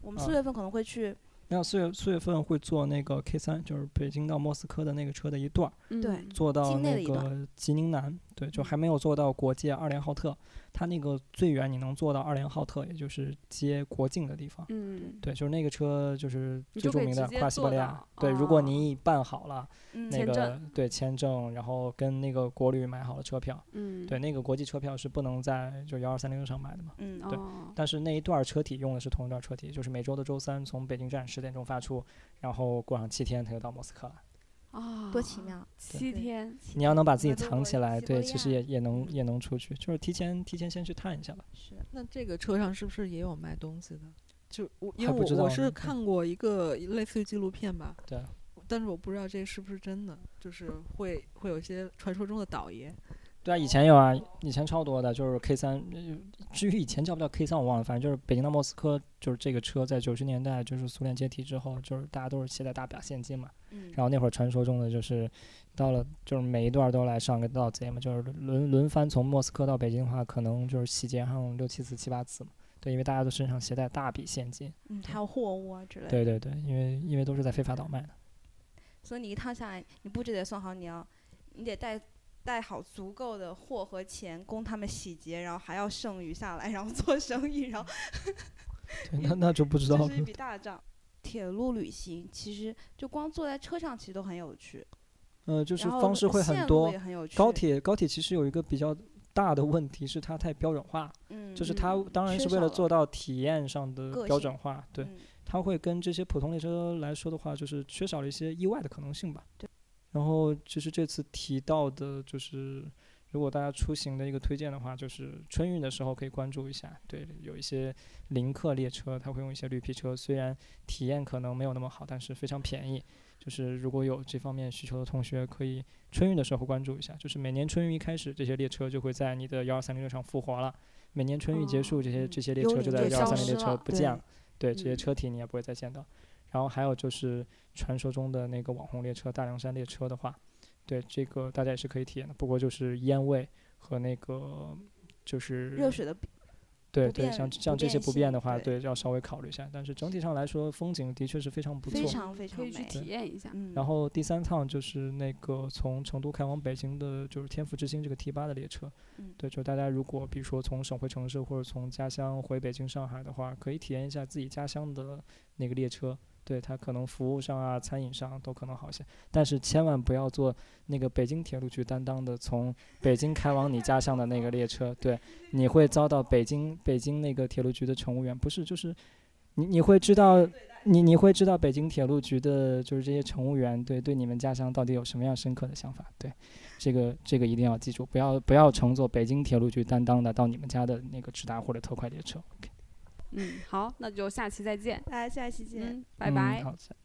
Speaker 4: 我们
Speaker 3: 啊
Speaker 4: 四月份可能会去，
Speaker 3: 没有四月四月份会坐那个 K 三，就是北京到莫斯科的那个车的一段儿，
Speaker 2: 嗯
Speaker 4: 对
Speaker 3: 坐到
Speaker 4: 境内的
Speaker 3: 那
Speaker 4: 一段
Speaker 3: 个吉宁南，对，就还没有坐到国界二连浩特，它那个最远你能坐到二连浩特，也就是接国境的地方。
Speaker 2: 嗯，
Speaker 3: 对，就是那个车，就是
Speaker 2: 你
Speaker 3: 最
Speaker 2: 就可
Speaker 3: 著
Speaker 2: 以
Speaker 3: 名
Speaker 2: 直
Speaker 3: 的
Speaker 2: 接
Speaker 3: 跨西
Speaker 2: 坐
Speaker 3: 伯利亚
Speaker 2: 到。
Speaker 3: 对，如果
Speaker 2: 哦
Speaker 3: 你办好了
Speaker 4: 嗯，
Speaker 3: 那
Speaker 2: 签
Speaker 3: 个
Speaker 2: 证
Speaker 3: 对签证，然后跟那个国旅买好了车票，
Speaker 2: 嗯，
Speaker 3: 对，那个国际车票是不能在就幺二三零上买的嘛。
Speaker 4: 嗯，
Speaker 3: 对
Speaker 2: 哦，
Speaker 3: 但是那一段车体用的是同一段车体，就是每周的周三从北京站十点钟发出，然后过上七天它就到莫斯科了。
Speaker 2: 啊，
Speaker 4: 多奇！妙！
Speaker 2: 七
Speaker 4: 对
Speaker 2: 天，
Speaker 3: 你要能把自己
Speaker 4: 我都
Speaker 3: 藏
Speaker 4: 我
Speaker 3: 起来，
Speaker 4: 西
Speaker 3: 对，
Speaker 4: 伯利
Speaker 3: 其实
Speaker 4: 亚
Speaker 3: 也也能也能出去，就是提前提前先去探一下吧。
Speaker 4: 是的，
Speaker 6: 那这个车上是不是也有卖东西的？就我因
Speaker 3: 还
Speaker 6: 为
Speaker 3: 不知
Speaker 6: 我
Speaker 3: 道
Speaker 6: 我是
Speaker 3: 呢
Speaker 6: 看过一个类似于纪录片吧，
Speaker 3: 对啊，
Speaker 6: 但是我不知道这是不是真的，就是会会有一些传说中的倒爷，
Speaker 3: 对啊，以前有啊，以前超多的，就是 K 三，呃至于以前叫不叫 K 三我忘了，反正就是北京到莫斯科，就是这个车在九十年代就是苏联解体之后，就是大家都是携带大把现金嘛，
Speaker 4: 嗯，
Speaker 3: 然后那会儿传说中的就是到了就是每一段都来上个盗贼嘛，就是轮轮番从莫斯科到北京的话，可能就是洗劫上六七次七八次嘛，对，因为大家都身上携带大笔现金，
Speaker 4: 嗯，还有货物啊之类的。
Speaker 3: 对对对，因为因为都是在非法倒卖的。
Speaker 4: 所以你一趟下来，你不只得算好你要，你得带带好足够的货和钱供他们洗劫，然后还要剩余下来，然后做生意，然后
Speaker 3: 对，那那就不知道
Speaker 4: 这
Speaker 3: 了
Speaker 4: 是一。笔大账。铁路旅行其实就光坐在车上，其实都很有趣，
Speaker 3: 呃，就是
Speaker 4: 然后
Speaker 3: 方式会
Speaker 4: 线
Speaker 3: 很
Speaker 4: 路
Speaker 3: 多
Speaker 4: 也。很有趣。
Speaker 3: 高，铁高铁其实有一个比较大的问题是它太标准化，
Speaker 4: 嗯，
Speaker 3: 就是它
Speaker 4: 嗯
Speaker 3: 当然是为了做，
Speaker 4: 缺
Speaker 3: 到体验上
Speaker 4: 个
Speaker 3: 的标
Speaker 4: 性
Speaker 3: 准化，
Speaker 4: 少
Speaker 3: 对
Speaker 4: 了，嗯
Speaker 3: 它会跟这些普通列车来说的话，就是缺少了一些意外的可能性吧。
Speaker 4: 对。
Speaker 3: 然后就是这次提到的，就是如果大家出行的一个推荐的话，就是春运的时候可以关注一下。对，有一些临客列车，它会用一些绿皮车，虽然体验可能没有那么好，但是非常便宜。就是如果有这方面需求的同学，可以春运的时候关注一下。就是每年春运一开始，这些列车就会在你的幺二三零六上复活了；每年春运结束，这些这些列
Speaker 4: 幽
Speaker 3: 车就
Speaker 4: 灵
Speaker 3: 在
Speaker 4: 就
Speaker 3: 幺二
Speaker 4: 消
Speaker 3: 三零
Speaker 4: 失
Speaker 3: 六车
Speaker 4: 了
Speaker 3: 不见
Speaker 4: 对
Speaker 3: 了。对，这些
Speaker 4: 嗯
Speaker 3: 车体你也不会再见到。然后还有就是传说中的那个网红列车大凉山列车的话，对这个大家也是可以体验的，不过就是烟味和那个就是
Speaker 4: 热水的
Speaker 3: 对
Speaker 4: 不
Speaker 3: 对，
Speaker 4: 变
Speaker 3: 像
Speaker 4: 不
Speaker 3: 像这
Speaker 4: 变
Speaker 3: 些不变
Speaker 4: 性
Speaker 3: 的话，
Speaker 4: 对
Speaker 3: 对要稍微考虑一下。但是整体上来说，风景的确是非常不
Speaker 4: 非
Speaker 3: 错。
Speaker 4: 常非
Speaker 2: 可
Speaker 4: 常
Speaker 2: 以去
Speaker 4: 美。
Speaker 2: 体验一下。
Speaker 4: 嗯，
Speaker 3: 然后第三趟就是那个从成都开往北京的，就是天府之星这个 T 八的列车。
Speaker 4: 嗯
Speaker 3: 对，就大家如果比如说从省会城市或者从家乡回北京、上海的话，可以体验一下自己家乡的那个列车。对它可能服务上啊、餐饮上都可能好一些，但是千万不要坐那个北京铁路局担当的从北京开往你家乡的那个列车，对，你会遭到北京北京那个铁路局的乘务员，不是就是你你会知道你你会知道北京铁路局的，就是这些乘务员对对你们家乡到底有什么样深刻的想法？对，这个这个一定要记住，不要不要乘坐北京铁路局担当的到你们家的那个直达或者特快列车。OK，
Speaker 2: 嗯，好，那就下期再见。
Speaker 4: 大家下期见。
Speaker 2: 嗯，拜拜。
Speaker 3: 嗯、好，再